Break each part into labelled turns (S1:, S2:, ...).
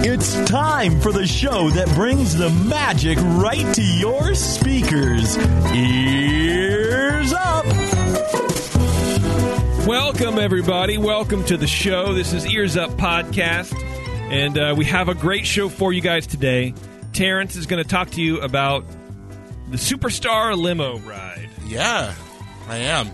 S1: It's time for the show that brings the magic right to your speakers. Ears up!
S2: Welcome, everybody. Welcome to the show. This is Ears Up Podcast, and uh, we have a great show for you guys today. Terrence is going to talk to you about the Superstar Limo Ride.
S3: Yeah, I am.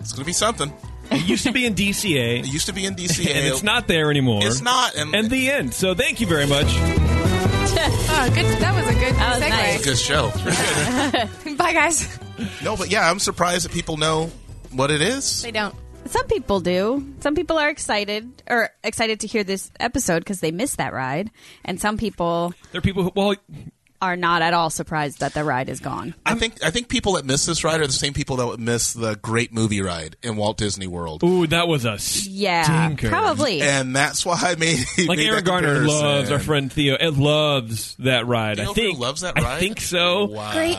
S3: It's going to be something.
S2: It used to be in DCA,
S3: It used to be in DCA.
S2: and it's not there anymore.
S3: It's not. And,
S2: And the end. So thank you very much.
S4: Oh, good. That was a good
S5: That was
S4: segue.
S5: nice.
S3: good show.
S4: Bye, guys.
S3: no, but yeah, I'm surprised that people know what it is.
S4: They don't.
S5: Some people do. Some people are excited or excited to hear this episode because they missed that ride, and some people
S2: There are people who, well,
S5: are not at all surprised that the ride is gone.
S3: I think I think people that miss this ride are the same people that would miss the great movie ride in Walt Disney World.
S2: ooh, that was a stinker.
S5: Yeah, probably.
S3: And that's why I made
S2: Like
S3: made
S2: Aaron
S3: that
S2: Garner
S3: comparison.
S2: loves our friend Theo. It loves that ride.
S3: You know
S2: I think
S3: who loves that
S2: I
S3: ride.
S2: think so.
S3: Why?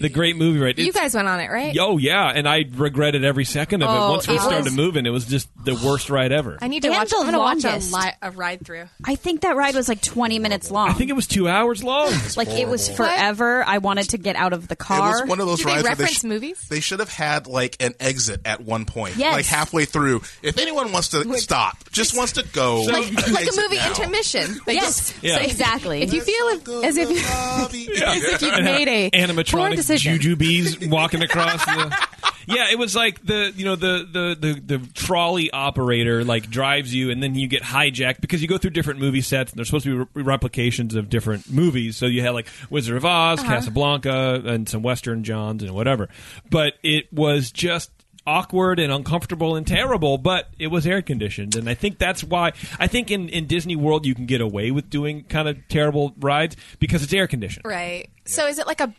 S2: The great movie ride.
S4: You
S2: It's-
S4: guys went on it, right?
S2: Oh yeah, and I regretted every second of it.
S4: Oh,
S2: Once we
S4: it
S2: started
S4: was-
S2: moving, it was just the worst ride ever.
S4: I need to
S5: And
S4: watch.
S5: the
S4: I'm gonna
S5: longest.
S4: watch a, li- a ride through.
S5: I think that ride was like 20 minutes long.
S2: I think it was two hours long.
S5: like it was
S4: What?
S5: forever. I wanted to get out of the
S3: It
S5: car.
S3: was one of those
S4: Do they
S3: rides where
S4: reference
S3: sh-
S4: movies?
S3: They should have had like an exit at one point,
S5: Yes.
S3: like halfway through. If anyone wants to stop, just wants to go,
S4: Like, like a
S3: exit
S4: movie
S3: now.
S4: intermission. They
S5: yes,
S4: just-
S2: Yeah.
S5: so exactly.
S4: If you feel as if you
S3: Yeah.
S4: as if you made a poor
S2: animatronic
S4: decision,
S2: juju bees walking across the yeah it was like the you know the, the the the trolley operator like drives you and then you get hijacked because you go through different movie sets and there's supposed to be re- replications of different movies so you had like wizard of oz casablanca and some western johns and whatever but it was just awkward and uncomfortable and terrible but it was air conditioned and i think that's why i think in, in disney world you can get away with doing kind of terrible rides because it's air conditioned
S4: right? So is it like a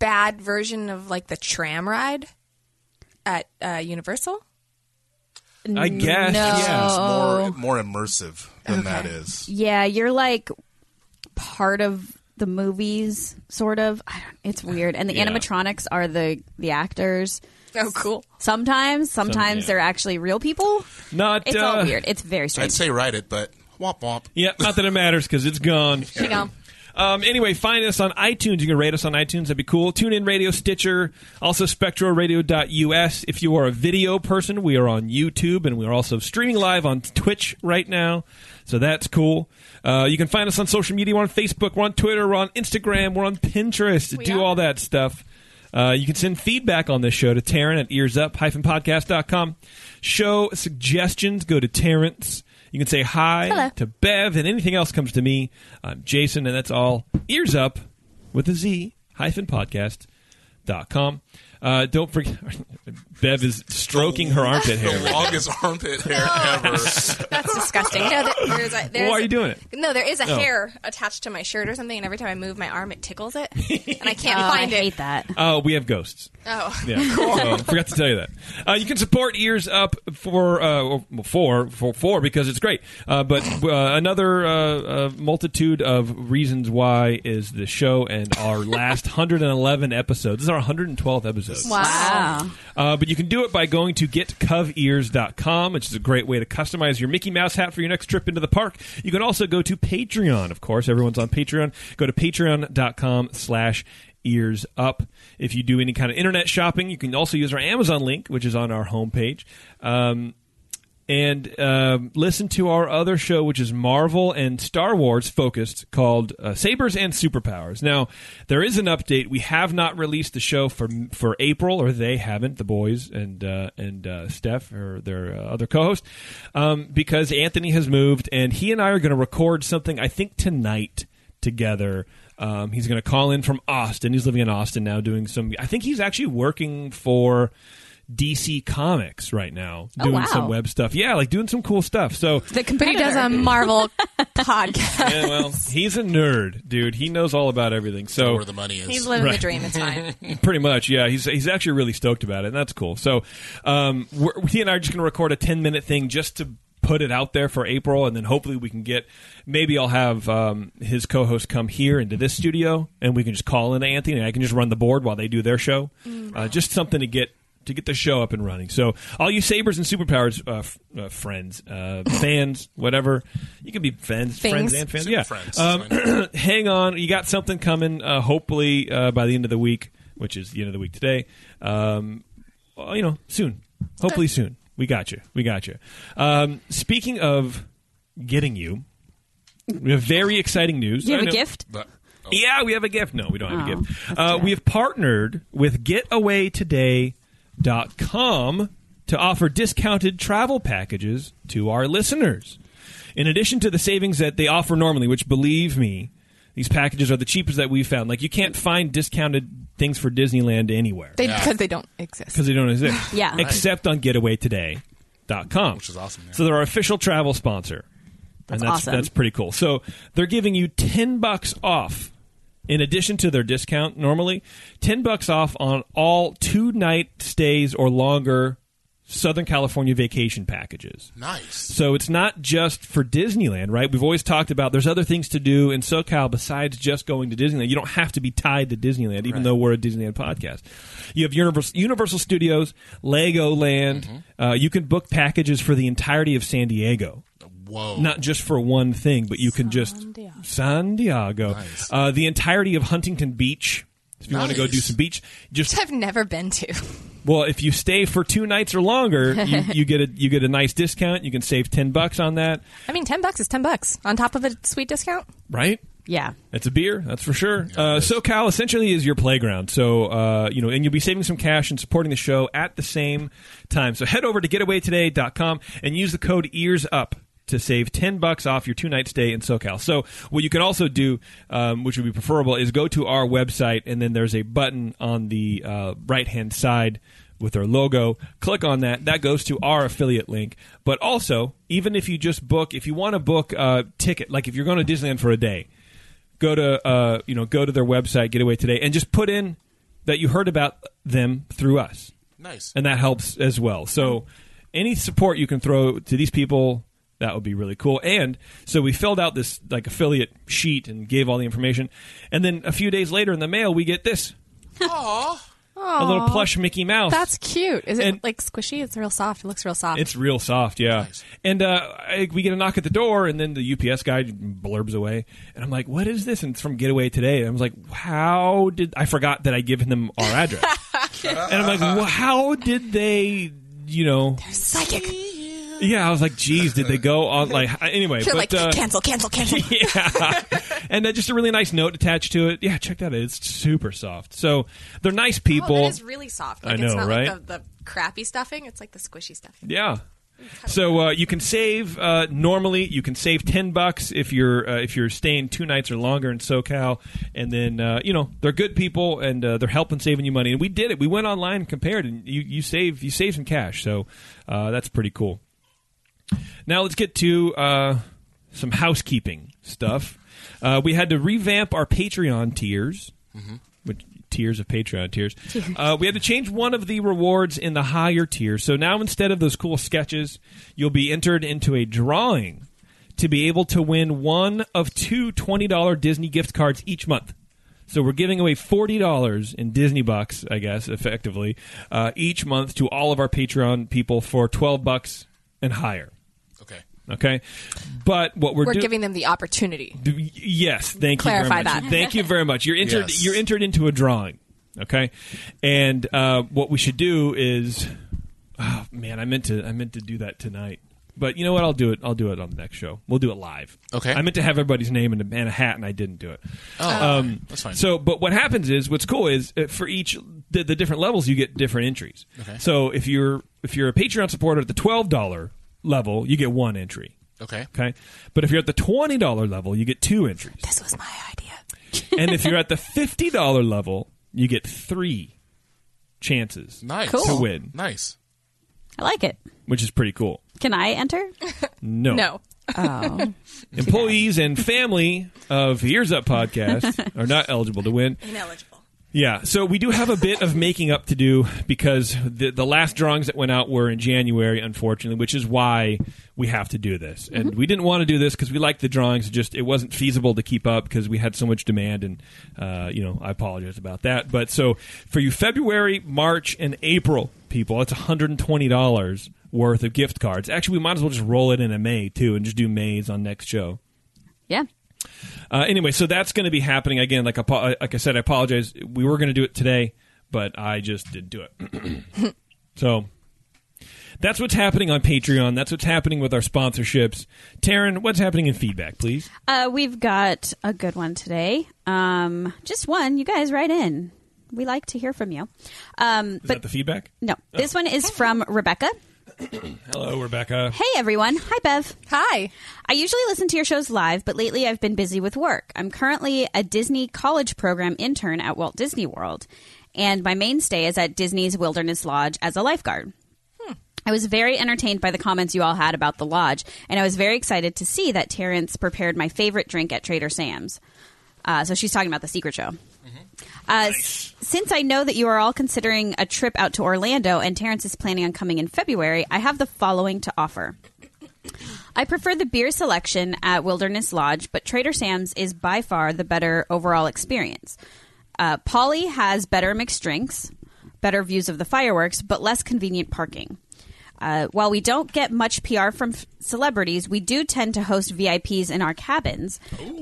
S4: bad version of like the tram ride at uh, Universal?
S2: I guess.
S5: No.
S3: Yeah, it's more more immersive than that is.
S5: yeah, you're like part of the movies, sort of. I don't, it's weird. And the
S2: Yeah.
S5: animatronics are the the actors.
S4: Oh, cool.
S5: Sometimes, sometimes
S2: yeah.
S5: they're actually real people.
S2: Not.
S5: It's
S2: uh,
S5: all weird. It's very
S3: I'd
S5: strange.
S3: say ride it, but womp womp.
S2: Yeah, not that it matters because it's gone.
S4: You know,
S2: Um, anyway, find us on iTunes. You can rate us on iTunes. That'd be cool. Tune in Radio Stitcher, also spectroradio.us. If you are a video person, we are on YouTube and we are also streaming live on Twitch right now. So that's cool. Uh, you can find us on social media. We're on Facebook, we're on Twitter, we're on Instagram, we're on Pinterest. Do
S4: are.
S2: all that stuff. Uh, you can send feedback on this show to Taryn at earsup-podcast.com. Show suggestions go to Terrence. You can say hi to Bev, and anything else comes to me. I'm Jason, and that's all. Ears up with a Z hyphen podcast dot com. Uh, don't forget, Bev is stroking her armpit hair.
S3: The longest armpit hair ever.
S4: that's disgusting. No, there- there's a, there's
S2: Why are
S4: a-
S2: you doing it?
S4: No, there is a
S2: Oh.
S4: hair attached to my shirt or something, and every time I move my arm, it tickles it, and I can't
S5: Oh, I
S4: find it.
S5: hate that.
S2: Uh, we have ghosts.
S4: Oh,
S2: Yeah, so, forgot to tell you that. Uh, you can support Ears Up for uh, well, for for for because it's great. Uh, but uh, another uh, uh, multitude of reasons why is the show and our last 111 episodes. This is our 112th episode.
S5: Wow.
S2: Uh, but you can do it by going to getcoveears.com, which is a great way to customize your Mickey Mouse hat for your next trip into the park. You can also go to Patreon, of course. Everyone's on Patreon. Go to patreon.com slash ears up. If you do any kind of internet shopping, you can also use our Amazon link, which is on our homepage. Um, and um, listen to our other show, which is Marvel and Star Wars focused, called uh, Sabers and Superpowers. Now, there is an update. We have not released the show for for April, or they haven't. The boys and uh, and uh, Steph, or their uh, other co-host, um, because Anthony has moved, and he and I are going to record something. I think tonight together. Um, he's going to call in from Austin. He's living in Austin now, doing some. I think he's actually working for DC Comics right now, doing
S5: wow.
S2: some web stuff. Yeah, like doing some cool stuff. So,
S5: The
S4: but he
S5: competitor.
S4: does a Marvel podcast.
S2: yeah, well, he's a nerd, dude. He knows all about everything. So,
S3: Where the money is.
S4: He's living
S2: Right.
S4: the dream. It's fine.
S2: Pretty much, yeah. He's he's actually really stoked about it, and that's cool. So, um, we're, he and I are just going to record a ten minute thing just to put it out there for April, and then hopefully we can get. Maybe I'll have um, his co-host come here into this studio, and we can just call in to Anthony, and I can just run the board while they do their show. Uh, just something to get to get the show up and running. So, all you Sabers and Superpowers uh, f- uh, friends, uh, fans, whatever, you can be fans, friends
S4: Things.
S2: and fans. Yeah,
S3: Friends.
S2: Um, hang on. You got something coming. Uh, hopefully uh, by the end of the week, which is the end of the week today. Um, well, you know, soon. Hopefully soon. We got you. We got you. Um, speaking of getting you, we have very exciting news.
S5: Do you
S2: I
S5: have a
S2: know-
S5: gift?
S3: But- oh,
S2: yeah, we have a gift. No, we don't have
S5: Oh,
S2: a gift.
S5: that's
S2: Uh,
S5: bad.
S2: we have partnered with getawaytoday.com to offer discounted travel packages to our listeners. In addition to the savings that they offer normally, which believe me, these packages are the cheapest that we've found. Like you can't find discounted things for Disneyland anywhere
S4: They because they don't exist.
S2: because they don't exist.
S5: Yeah. Right.
S2: Except on getawaytoday.com.
S3: Which is awesome, yeah.
S2: So they're our official travel sponsor. and
S5: That's
S2: that's,
S5: awesome.
S2: That's pretty cool. So they're giving you 10 bucks off in addition to their discount normally. 10 bucks off on all two night stays or longer Southern California vacation packages.
S3: nice.
S2: So it's not just for Disneyland, right? We've always talked about there's other things to do in SoCal besides just going to Disneyland. You don't have to be tied to Disneyland, even though we're a Disneyland podcast. You have Universal, Universal Studios, Legoland. Uh, you can book packages for the entirety of San Diego
S3: Whoa.
S2: not just for one thing, but you can just
S4: Diego.
S2: San Diego, uh, the entirety of Huntington Beach. If you want to go
S3: Nice.
S2: do some beach, just
S4: Which I've never been to.
S2: well, if you stay for two nights or longer, you, you get a you get a nice discount. You can save ten bucks on that,
S4: I mean, ten bucks is ten bucks on top of a sweet discount.
S2: right?
S5: Yeah.
S2: It's a beer, that's for sure. uh, SoCal essentially is your playground. So, uh, you know, and you'll be saving some cash and supporting the show at the same time. So head over to getawaytoday.com and use the code EARSUP to save 10 bucks off your two night stay in SoCal. So, what you can also do, um, which would be preferable, is go to our website and then there's a button on the uh, right hand side with our logo. Click on that. That goes to our affiliate link. But also, even if you just book, if you want to book a ticket, like if you're going to Disneyland for a day, go to uh, you know go to their website getaway today and just put in that you heard about them through us
S3: nice.
S2: and that helps as well so any support you can throw to these people that would be really cool and so we filled out this like affiliate sheet and gave all the information and then a few days later in the mail we get this
S3: Aw.
S2: a little plush mickey mouse
S4: That's cute. Is it
S2: And-
S4: like squishy? It's real soft. It looks real soft.
S2: It's real soft, yeah. And uh, I, we get a knock at the door, and then the UPS guy blurbs away, and I'm like, "What is this?" And it's from Getaway Today. And I was like, "How did I forgot that I given them our address?" and I'm like, well, "How did they?" You know,
S4: psychic.
S2: yeah. I was like, "Geez, did they go on?" Like, anyway,
S4: They're
S2: but
S4: like
S2: uh,
S4: cancel, cancel, cancel.
S2: yeah. and uh, just a really nice note attached to it. Yeah, check that out. It's super soft. So they're nice people.
S4: Oh, that is really soft. Like,
S2: I know,
S4: it's not
S2: right?
S4: like the, the crappy stuffing. It's like the squishy stuffing.
S2: Yeah. So uh, you can save uh, normally. You can save ten bucks if you're uh, if you're staying two nights or longer in SoCal, and then uh, you know they're good people and uh, they're helping saving you money. And we did it. We went online and compared, and you you save you save some cash. So uh, that's pretty cool. Now let's get to uh, some housekeeping stuff. Uh, we had to revamp our Patreon tiers, which tiers of Patreon tiers. Uh, we had to change one of the rewards in the higher tier. So now instead of those cool sketches, you'll be entered into a drawing to be able to win one of two $20 Disney gift cards each month. So we're giving away forty dollars in Disney bucks, I guess, effectively, uh, each month to all of our Patreon people for twelve bucks and higher.
S3: Okay.
S2: Okay, but what we're,
S4: We're
S2: doing.
S4: giving them the opportunity.
S2: Yes, thank
S4: Clarify
S2: you very much.
S4: that.
S2: Thank you very much. You're entered.
S3: Yes.
S2: You're entered into a drawing. Okay, and uh, what we should do is, oh, man, I meant to. I meant to do that tonight. But you know what? I'll do it. I'll do it on the next show. We'll do it live.
S3: Okay.
S2: I meant to have everybody's name and a, and a hat, and I didn't do it. Um,
S3: Oh, that's fine.
S2: So, but what happens is, what's cool is uh, for each the, the different levels, you get different entries.
S3: Okay.
S2: So if you're if you're a Patreon supporter at the twelve dollar level, you get one entry.
S3: okay.
S2: Okay. But if you're at the $20 level, you get two entries.
S4: This was my idea.
S2: and if you're at the $50 level, you get three chances
S3: Nice.
S2: to win,
S3: Nice.
S5: I like it.
S2: which is pretty cool.
S5: Can I enter?
S2: No.
S4: No.
S5: Oh.
S2: Employees and family of Here's Up podcast are not eligible to win.
S4: Ineligible.
S2: Yeah, so we do have a bit of making up to do because the the last drawings that went out were in January, unfortunately, which is why we have to do this. And we didn't want to do this because we liked the drawings; it just it wasn't feasible to keep up because we had so much demand. And uh, you know, I apologize about that. But so for you, February, March, and April people, that's one hundred and twenty dollars worth of gift cards. Actually, we might as well just roll it into May too, and just do May's on next show.
S5: Yeah.
S2: Uh, anyway, so that's going to be happening again. Like apo- uh, like I said, I apologize. We were going to do it today, but I just didn't do it. so that's what's happening on Patreon. That's what's happening with our sponsorships. Taryn, what's happening in feedback, please?
S5: Uh, we've got a good one today. Um, just one. You guys write in. We like to hear from you. Um,
S2: Is
S5: but
S2: that the feedback?
S5: no, this one is from Rebecca.
S2: Hello, Rebecca.
S5: Hey, everyone. Hi, Bev.
S4: Hi.
S5: I usually listen to your shows live, but lately I've been busy with work. I'm currently a Disney college program intern at Walt Disney World, and my mainstay is at Disney's Wilderness Lodge as a lifeguard. I was very entertained by the comments you all had about the lodge, and I was very excited to see that Terrence prepared my favorite drink at Trader Sam's. Uh, so she's talking about the secret show. Uh, s- Since I know that you are all considering a trip out to Orlando and Terrence is planning on coming in February, I have the following to offer. I prefer the beer selection at Wilderness Lodge, but Trader Sam's is by far the better overall experience. Uh, Polly has better mixed drinks, better views of the fireworks, but less convenient parking. Uh, while we don't get much PR from f- celebrities, we do tend to host VIPs in our cabins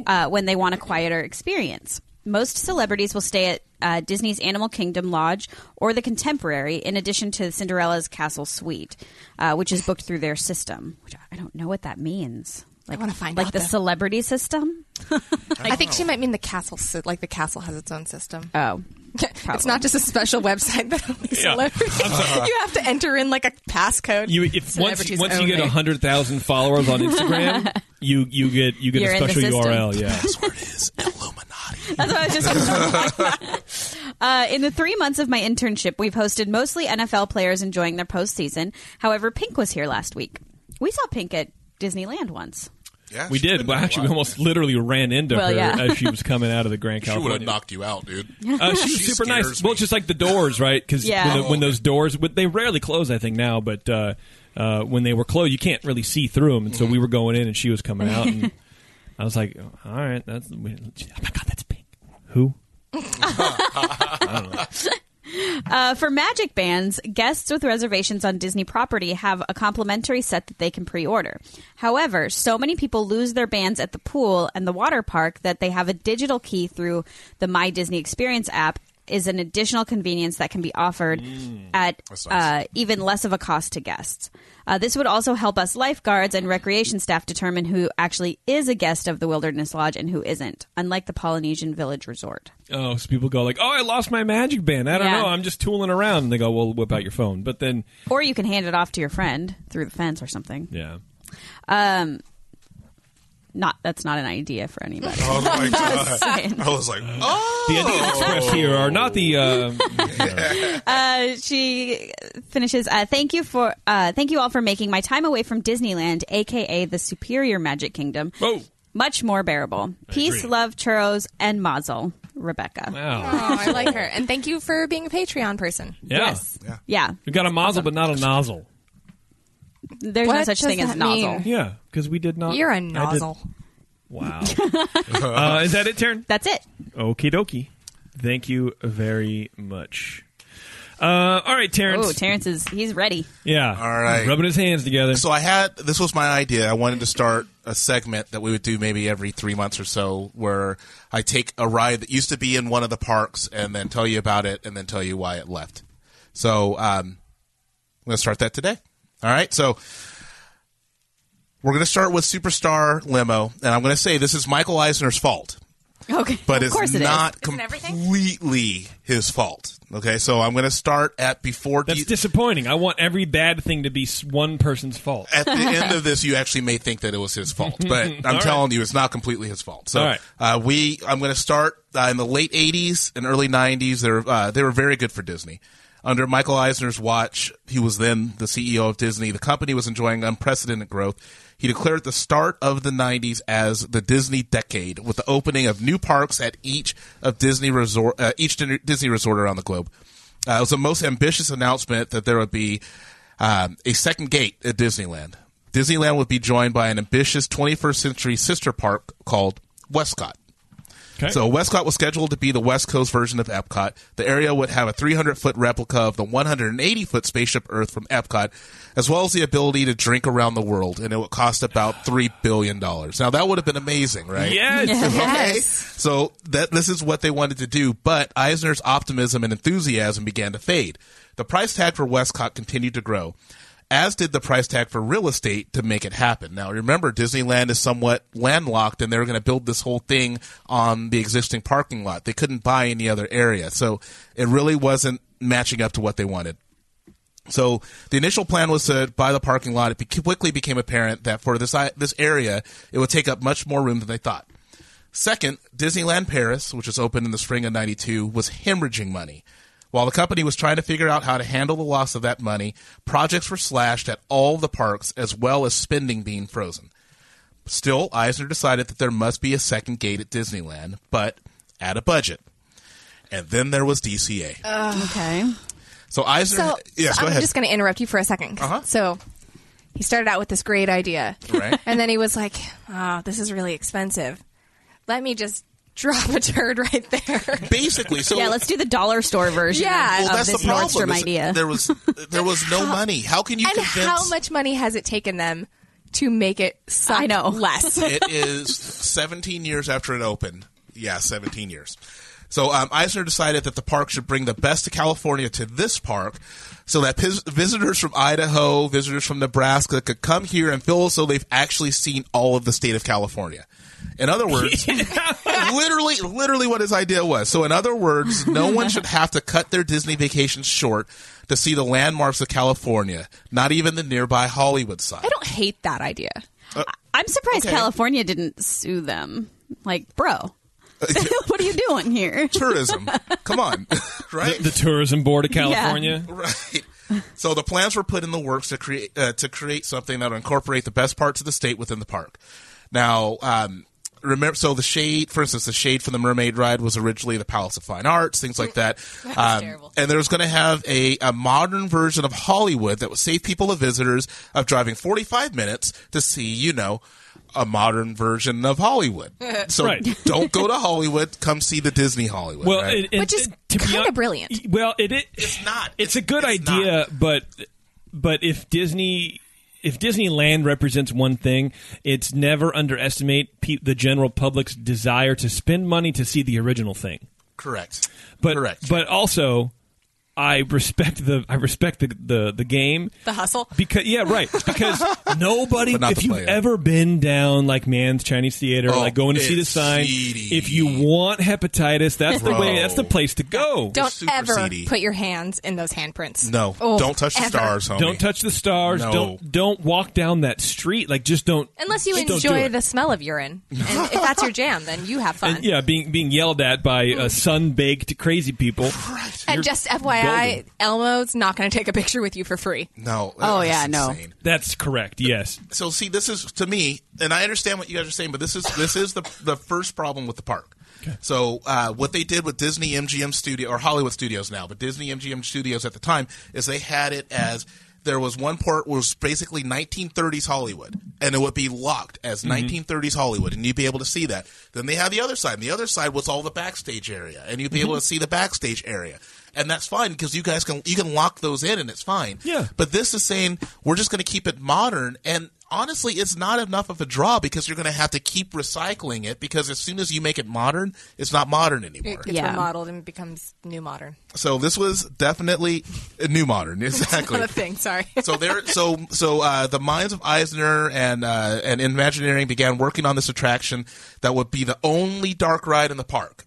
S5: uh, when they want a quieter experience. Most celebrities will stay at uh, Disney's Animal Kingdom Lodge or the Contemporary, in addition to Cinderella's Castle Suite, uh, which is booked through their system. Which I don't know what that means. Like,
S4: wanna find
S5: like
S4: out,
S5: the
S4: though.
S5: celebrity system.
S4: I think she might mean the castle. sy- Like the castle has its own system.
S5: Oh,
S4: It's not just a special website that only celebrities. you have to enter in like a passcode.
S2: You if once
S4: Celebrities
S2: once you get
S4: only.
S2: hundred thousand followers on Instagram, you you get you get
S5: You're
S2: a
S5: in the
S2: special
S5: system.
S2: URL. Yeah.
S3: Password is Illuminati.
S5: That's what I was just. uh, in the three months of my internship, we've hosted mostly NFL players enjoying their postseason. However, Pink was here last week. We saw Pink at Disneyland once.
S3: Yeah,
S2: We
S3: she
S2: did.
S3: did
S2: Well,
S3: that a
S2: actually, we
S3: lot.
S2: almost literally ran into
S5: Well,
S2: her
S5: yeah.
S2: as she was coming out of the Grand
S3: She would have
S2: California.
S3: knocked you out, dude.
S2: Uh, she was
S3: She
S2: super
S3: scares
S2: nice. Well,
S3: me.
S2: just like the doors, right? Because
S5: Yeah.
S2: when, the- when those doors, but they rarely close, I think now. But uh, uh, when they were closed, you can't really see through them. And so we were going in, and she was coming out, and I was like, "All right, that's oh my god, that's pink." Who?
S5: Uh, for magic bands, guests with reservations on Disney property have a complimentary set that they can pre order. However, so many people lose their bands at the pool and the water park that they have a digital key through the My Disney Experience app is an additional convenience that can be offered at uh, even less of a cost to guests. Uh, this would also help us lifeguards and recreation staff determine who actually is a guest of the Wilderness Lodge and who isn't, unlike the Polynesian Village Resort.
S2: Oh, so people go like, "Oh, I lost my magic band. I don't
S5: Yeah.
S2: know. I'm just tooling around." And they go, "Well, whip out your phone." But then,
S5: Or you can hand it off to your friend through the fence or something.
S2: yeah.
S5: not that's not an idea for anybody.
S3: Oh my god!
S5: Just saying.
S3: I was like, oh,
S2: The ideas expressed here are not the. Uh,
S5: Uh, she finishes. Uh, thank you for uh, thank you all for making my time away from Disneyland, aka the Superior Magic Kingdom,
S2: oh,
S5: much more bearable. Peace,
S2: agree.
S5: love, churros, and mazel, Rebecca.
S2: wow.
S4: Oh, I like her, and thank you for being a Patreon person.
S2: Yeah.
S5: Yes. Yeah.
S2: We got a muzzle, but not a nozzle.
S5: There's no
S4: What
S5: such
S4: does
S5: thing as
S4: that
S5: nozzle.
S4: mean?
S2: Yeah, because we did not.
S4: You're
S2: I
S4: a
S2: did-
S4: nozzle.
S2: Wow. uh, is that it, Taryn?
S5: That's it.
S2: Okie dokie. Thank you very much. Uh, all right, Terrence.
S5: Oh, Terrence is he's ready.
S2: yeah.
S3: All right.
S2: He's rubbing his hands together.
S3: So I had this was my idea. I wanted to start a segment that we would do maybe every three months or so, where I take a ride that used to be in one of the parks and then tell you about it and then tell you why it left. So um, I'm going to start that today. All right. So we're going to start with Superstar Limo, and I'm going to say this is Michael Eisner's fault
S5: Okay.
S3: but
S5: of
S3: it's
S5: course it is.
S3: not
S4: Isn't everything?
S3: completely his fault. Okay, so I'm going to start at before
S2: That's
S3: D-
S2: disappointing. I want every bad thing to be s- one person's fault.
S3: at the end of this. You actually may think that it was his fault, but I'm
S2: All right.
S3: telling you, it's not completely his fault. So
S2: All right.
S3: uh, we, I'm going to start uh, in the late '80s and early '90s. They were, uh, they were very good for Disney. Under E Michael Eisner's watch, he was then the CEO of Disney. The company was enjoying unprecedented growth. He declared the start of the 90s as the Disney decade, with the opening of new parks at each of Disney resort, uh, each Disney resort around the globe. Uh, it was the most ambitious announcement that there would be um, a second gate at Disneyland. Disneyland would be joined by an ambitious 21st century sister park called Westcott.
S2: Okay.
S3: So Westcott was scheduled to be the West Coast version of Epcot. The area would have a 300 foot replica of the 180 foot spaceship Earth from Epcot, as well as the ability to drink around the world, and it would cost about three billion dollars. Now that would have been amazing, right?
S2: Yes.
S3: Okay. So that this is what they wanted to do, but Eisner's optimism and enthusiasm began to fade. The price tag for Westcott continued to grow, as did the price tag for real estate to make it happen. Now remember, Disneyland is somewhat landlocked, and they were going to build this whole thing on the existing parking lot. They couldn't buy any other area, so it really wasn't matching up to what they wanted. So the initial plan was to buy the parking lot. It be- quickly became apparent that for this i- this area, it would take up much more room than they thought. Second, Disneyland Paris, which was opened in the spring of 92, was hemorrhaging money. While the company was trying to figure out how to handle the loss of that money, projects were slashed at all the parks as well as spending being frozen. Still, Eisner decided that there must be a second gate at Disneyland, but at a budget. And then there was DCA.
S5: Okay.
S3: so Eisner,
S4: So
S3: yes, go
S4: I'm
S3: ahead.
S4: just going to interrupt you for a 2nd
S3: Uh-huh.
S4: So he started out with this great idea,
S3: Right.
S4: and then he was like, "Oh, this is really expensive. Let me just drop a turd right there."
S3: Basically, so
S5: Yeah, let's do the dollar store version
S4: Yeah.
S5: of,
S4: Well,
S5: of this Nordstrom
S3: is
S5: idea.
S3: There was there was no money. How can you
S4: and
S3: convince?
S4: how much money has it taken them to make it suck
S5: I know.
S4: less?
S3: it is 17 years after it opened. Yeah, 17 years. So um, Eisner decided that the park should bring the best of California to this park, so that pis- visitors from Idaho, visitors from Nebraska could come here and feel as though they've actually seen all of the state of California. In other words, literally, literally what his idea was. So, in other words, no one should have to cut their Disney vacations short to see the landmarks of California, not even the nearby Hollywood side.
S4: I don't hate that idea.
S5: I'm surprised
S3: Uh, Okay.
S5: California didn't sue them. Like, bro, what are you doing here?
S3: tourism. Come on, right?
S2: The tourism board of California.
S3: right. So the plans were put in the works to create uh, to create something that would incorporate the best parts of the state within the park. Now, um, remember, so the shade, for instance, the shade from the Mermaid Ride was originally the Palace of Fine Arts, things like that. Um,
S4: terrible.
S3: and there was going to have a, a modern version of Hollywood that would save people the visitors of driving 45 minutes to see, you know, a modern version of Hollywood. So
S2: Right.
S3: don't go to Hollywood. Come see the Disney Hollywood.
S2: Well,
S3: right?
S2: it, it,
S4: Which is
S2: it- to be
S4: kinda
S2: hon-
S4: brilliant.
S2: Well, it, it
S3: It's not.
S2: It's a
S3: It's-
S2: good
S3: it's
S2: idea, but but if Disney if Disneyland represents one thing, it's never underestimate pe- the general public's desire to spend money to see the original thing.
S3: Correct.
S2: But
S3: Correct.
S2: but also I respect the I respect the the, the game.
S4: The hustle.
S2: Because yeah, right. Because nobody.
S3: But not
S2: If
S3: the
S2: you've
S3: player.
S2: ever been down like Man's Chinese Theater,
S3: Oh,
S2: like going to see the
S3: it's
S2: sign.
S3: seedy.
S2: If you want hepatitis, that's the way.
S3: Bro.
S2: That's the place to go.
S4: Don't
S3: super
S4: ever
S3: seedy.
S4: put your hands in those handprints.
S3: No,
S4: Oh,
S3: don't touch the
S4: ever.
S3: stars, homie.
S2: Don't touch the stars.
S3: No.
S2: Don't don't walk down that street. Like just don't.
S4: Unless you
S2: just don't do
S4: enjoy
S2: it.
S4: the smell of urine, and if that's your jam, then you have fun.
S2: And, yeah, being being yelled at by uh, sun baked crazy people.
S4: Mm. And just FYI, Elmo's not going to take a picture with you for free.
S3: No.
S5: Oh,
S3: that's
S5: yeah, no.
S3: insane.
S2: That's correct. Yes.
S3: So see, this is to me, and I understand what you guys are saying, but this is this is the the first problem with the park. So uh, what they did with Disney MGM Studio or Hollywood Studios now, but Disney MGM Studios at the time is they had it as there was one part was basically 1930s Hollywood, and it would be locked as 1930s Hollywood, and you'd be able to see that. Then they had the other side. And the other side was all the backstage area, and you'd be able to see the backstage area, and that's fine because you guys can you can lock those in, and it's fine.
S2: Yeah.
S3: But this is saying we're just going to keep it modern. And honestly, it's not enough of a draw because you're going to have to keep recycling it because as soon as you make it modern, it's not modern
S4: It
S3: anymore.
S4: gets
S5: Yeah.
S4: remodeled and becomes new modern.
S3: So this was definitely a new modern. Exactly.
S4: Another thing, sorry.
S3: So there, so so uh, the minds of Eisner and uh, and Imagineering began working on this attraction that would be the only dark ride in the park.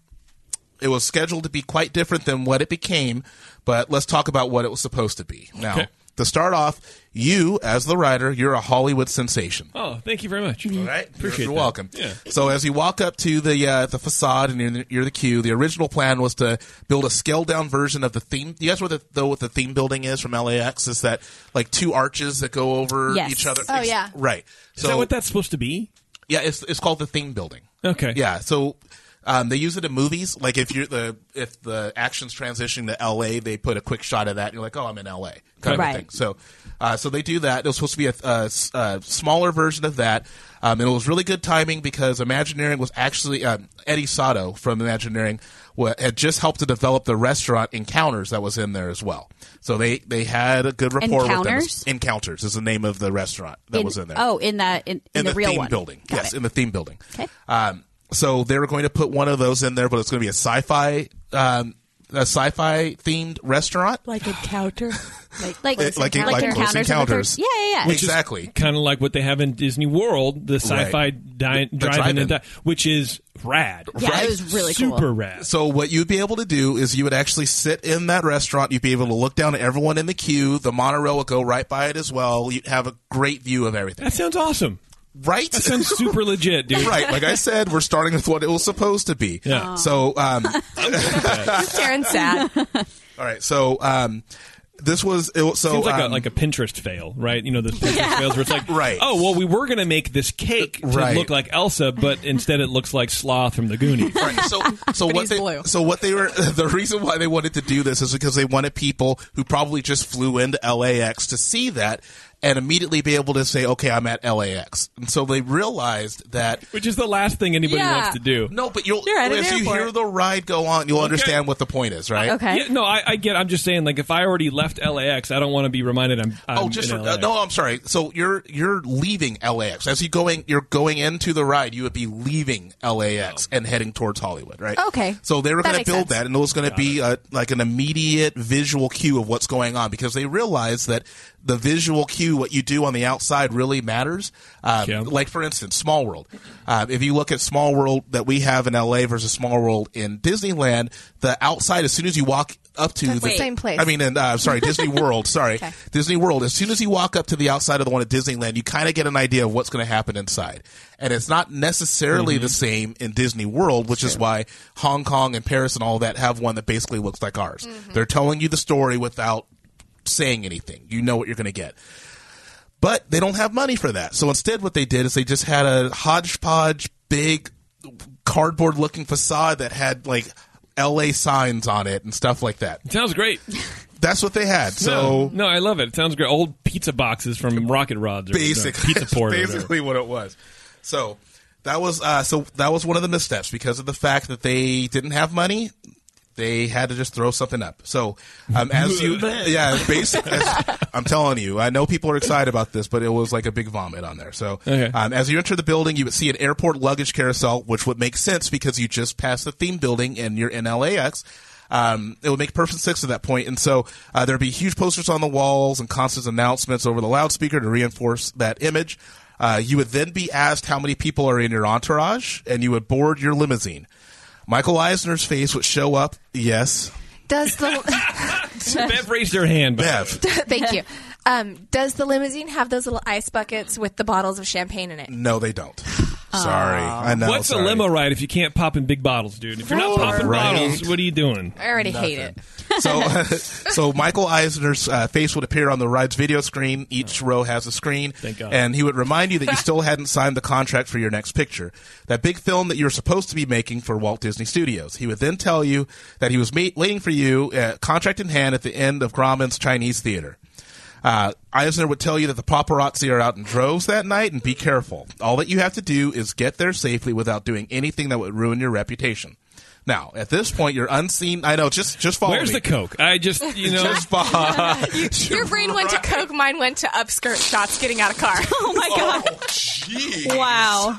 S3: It was scheduled to be quite different than what it became, but let's talk about what it was supposed to be now.
S2: Okay.
S3: to start off, you as the rider, you're a Hollywood sensation.
S2: Oh, thank you very much.
S3: All right,
S2: Appreciate
S3: you're
S2: that.
S3: welcome.
S2: Yeah.
S3: So as you walk up to the uh, the facade and you're in the, you're the queue, the original plan was to build a scaled down version of the theme. You guys know what the, though what the theme building is from LAX is that like two arches that go over
S5: Yes.
S3: each other.
S4: Oh, yeah.
S3: right.
S2: Is
S3: So
S2: that what that's supposed to be?
S3: yeah, it's it's called the theme building.
S2: Okay.
S3: Yeah, so um, they use it in movies. Like if you're the if the action's transitioning to L.A., they put a quick shot of that. and You're like, oh, I'm in L.A. kind
S5: Right.
S3: of thing. So, uh, so they do that. It was supposed to be a, a s- a smaller version of that, um, and it was really good timing because Imagineering was actually um, Eddie Sato from Imagineering wa had just helped to develop the restaurant Encounters that was in there as well. So they they had a good rapport with them.
S5: Encounters?
S3: Encounters is the name of the restaurant that was in there
S5: Oh, in the in, in the, real
S3: theme
S5: one.
S3: building.
S5: Got
S3: yes,
S5: it.
S3: in the theme building.
S5: Okay.
S3: Um, so they were going to put one of those in there, but it's going to be a sci-fi, um, a sci-fi themed restaurant.
S6: Like encounter.
S5: like
S3: It- like-
S5: Encounter-
S3: like Close
S5: encounters. of the
S3: Encounters.
S5: Third- yeah, yeah, yeah.
S3: Which is Exactly.
S2: Kind of like what they have in Disney World, the sci-fi
S3: Right.
S2: di-
S3: The- the
S2: drive-in,
S3: drive-in.
S2: and di- which is rad.
S5: Yeah, it was really
S2: super
S5: cool.
S2: rad.
S3: So what you'd be able to do is you would actually sit in that restaurant. You'd be able to look down at everyone in the queue. The monorail would go right by it as well. You'd have a great view of everything.
S2: that sounds awesome.
S3: Right?
S2: That sounds super legit, dude.
S3: right. Like I said, we're starting with what it was supposed to be.
S2: Yeah. Oh.
S3: So um,
S4: Taryn's sad.
S3: all right. So um, this was it, was- so
S2: Seems like a
S3: um,
S2: like a Pinterest fail, right? You know the Pinterest fails where it's like,
S3: Right.
S2: Oh well, we were gonna make this cake to
S3: Right.
S2: look like Elsa, but instead it looks like Sloth from the Goonies.
S3: Right. So, so what
S6: he's
S3: they
S6: blue.
S3: so what they were the reason why they wanted to do this is because they wanted people who probably just flew into LAX to see that and immediately be able to say, okay, I'm at LAX. And so they realized that
S2: Which is the last thing anybody
S6: Yeah.
S2: wants to do.
S3: no, but you'll
S6: You're at an
S3: if you
S6: airport.
S3: hear the ride go on, you'll understand what the point is, right?
S5: Okay.
S2: Yeah, no, I, I get. I'm just saying, like, if I already left LAX, I don't want to be reminded I'm. I'm
S3: Oh, just
S2: Um, in
S3: for,
S2: LAX.
S3: uh, no. I'm sorry. So you're you're leaving LAX as you going. You're going into the ride. You would be leaving LAX
S2: Um,
S3: and heading towards Hollywood, right?
S4: Okay.
S3: So they were going
S4: That
S3: to
S4: makes
S3: build
S4: sense.
S3: that, and it was going to be a, like an immediate visual cue of what's going on because they realized that the visual cue, what you do on the outside, really matters. Um,
S2: Yeah.
S3: Like for instance, Small World. Um, if you look at Small World that we have in LA versus Small World in Disneyland, the outside as soon as you walk up to the
S5: Wait.
S4: same place.
S3: I mean mean, and uh, I'm sorry, Disney World. Sorry, Disney World. As soon as you walk up to the outside of the one at Disneyland, you kind of get an idea of what's going to happen inside, and it's not necessarily the same in Disney World, which is why Hong Kong and Paris and all that have one that basically looks like ours.
S4: Mm-hmm.
S3: They're telling you the story without saying anything. You know what you're going to get. But they don't have money for that. So instead, what they did is they just had a hodgepodge, big cardboard looking facade that had like LA signs on it and stuff like that.
S2: sounds great.
S3: That's what they had. So
S2: no, I love it. It sounds great. Old pizza boxes from Rocket Rods, or
S3: basic,
S2: no, pizza port, or whatever.
S3: basically what it was. So that was uh, so that was one of the missteps because of the fact that they didn't have money. They had to just throw something up. So um, as you, yeah, basic. as- I'm telling you, I know people are excited about this, but it was like a big vomit on there. So
S2: Okay.
S3: um, as you enter the building, you would see an airport luggage carousel, which would make sense because you just passed the theme building and you're in LAX. Um, it would make perfect sense at that point. And so uh, there'd be huge posters on the walls and constant announcements over the loudspeaker to reinforce that image. Uh, you would then be asked how many people are in your entourage, and you would board your limousine. Michael Eisner's face would show up. Yes,
S4: Does the
S2: Bev raised her hand. by the way.
S3: Bev.
S4: thank you? Um, does the limousine have those little ice buckets with the bottles of champagne in it?
S3: No, they don't. Sorry, I know.
S2: What's
S3: sorry.
S2: a limo ride if you can't pop in big bottles, dude? If you're not popping
S3: Right.
S2: bottles, what are you doing?
S4: I already hate it.
S3: So, so Michael Eisner's uh, face would appear on the ride's video screen. Each row has a screen,
S2: Thank God.
S3: and he would remind you that you still hadn't signed the contract for your next picture, that big film that you were supposed to be making for Walt Disney Studios. He would then tell you that he was ma- waiting for you, uh, contract in hand, at the end of Grauman's Chinese Theater. Uh, Eisner would tell you that the paparazzi are out in droves that night and be careful. All that you have to do is get there safely without doing anything that would ruin your reputation. Now, at this point, you're unseen. I know, just just follow
S2: Where's
S3: me.
S2: the Coke? I just, you know,
S3: Just follow.
S4: uh, Your brain went to coke, mine went to upskirt shots getting out of car.
S5: Oh my god!
S3: Jeez.
S5: Wow.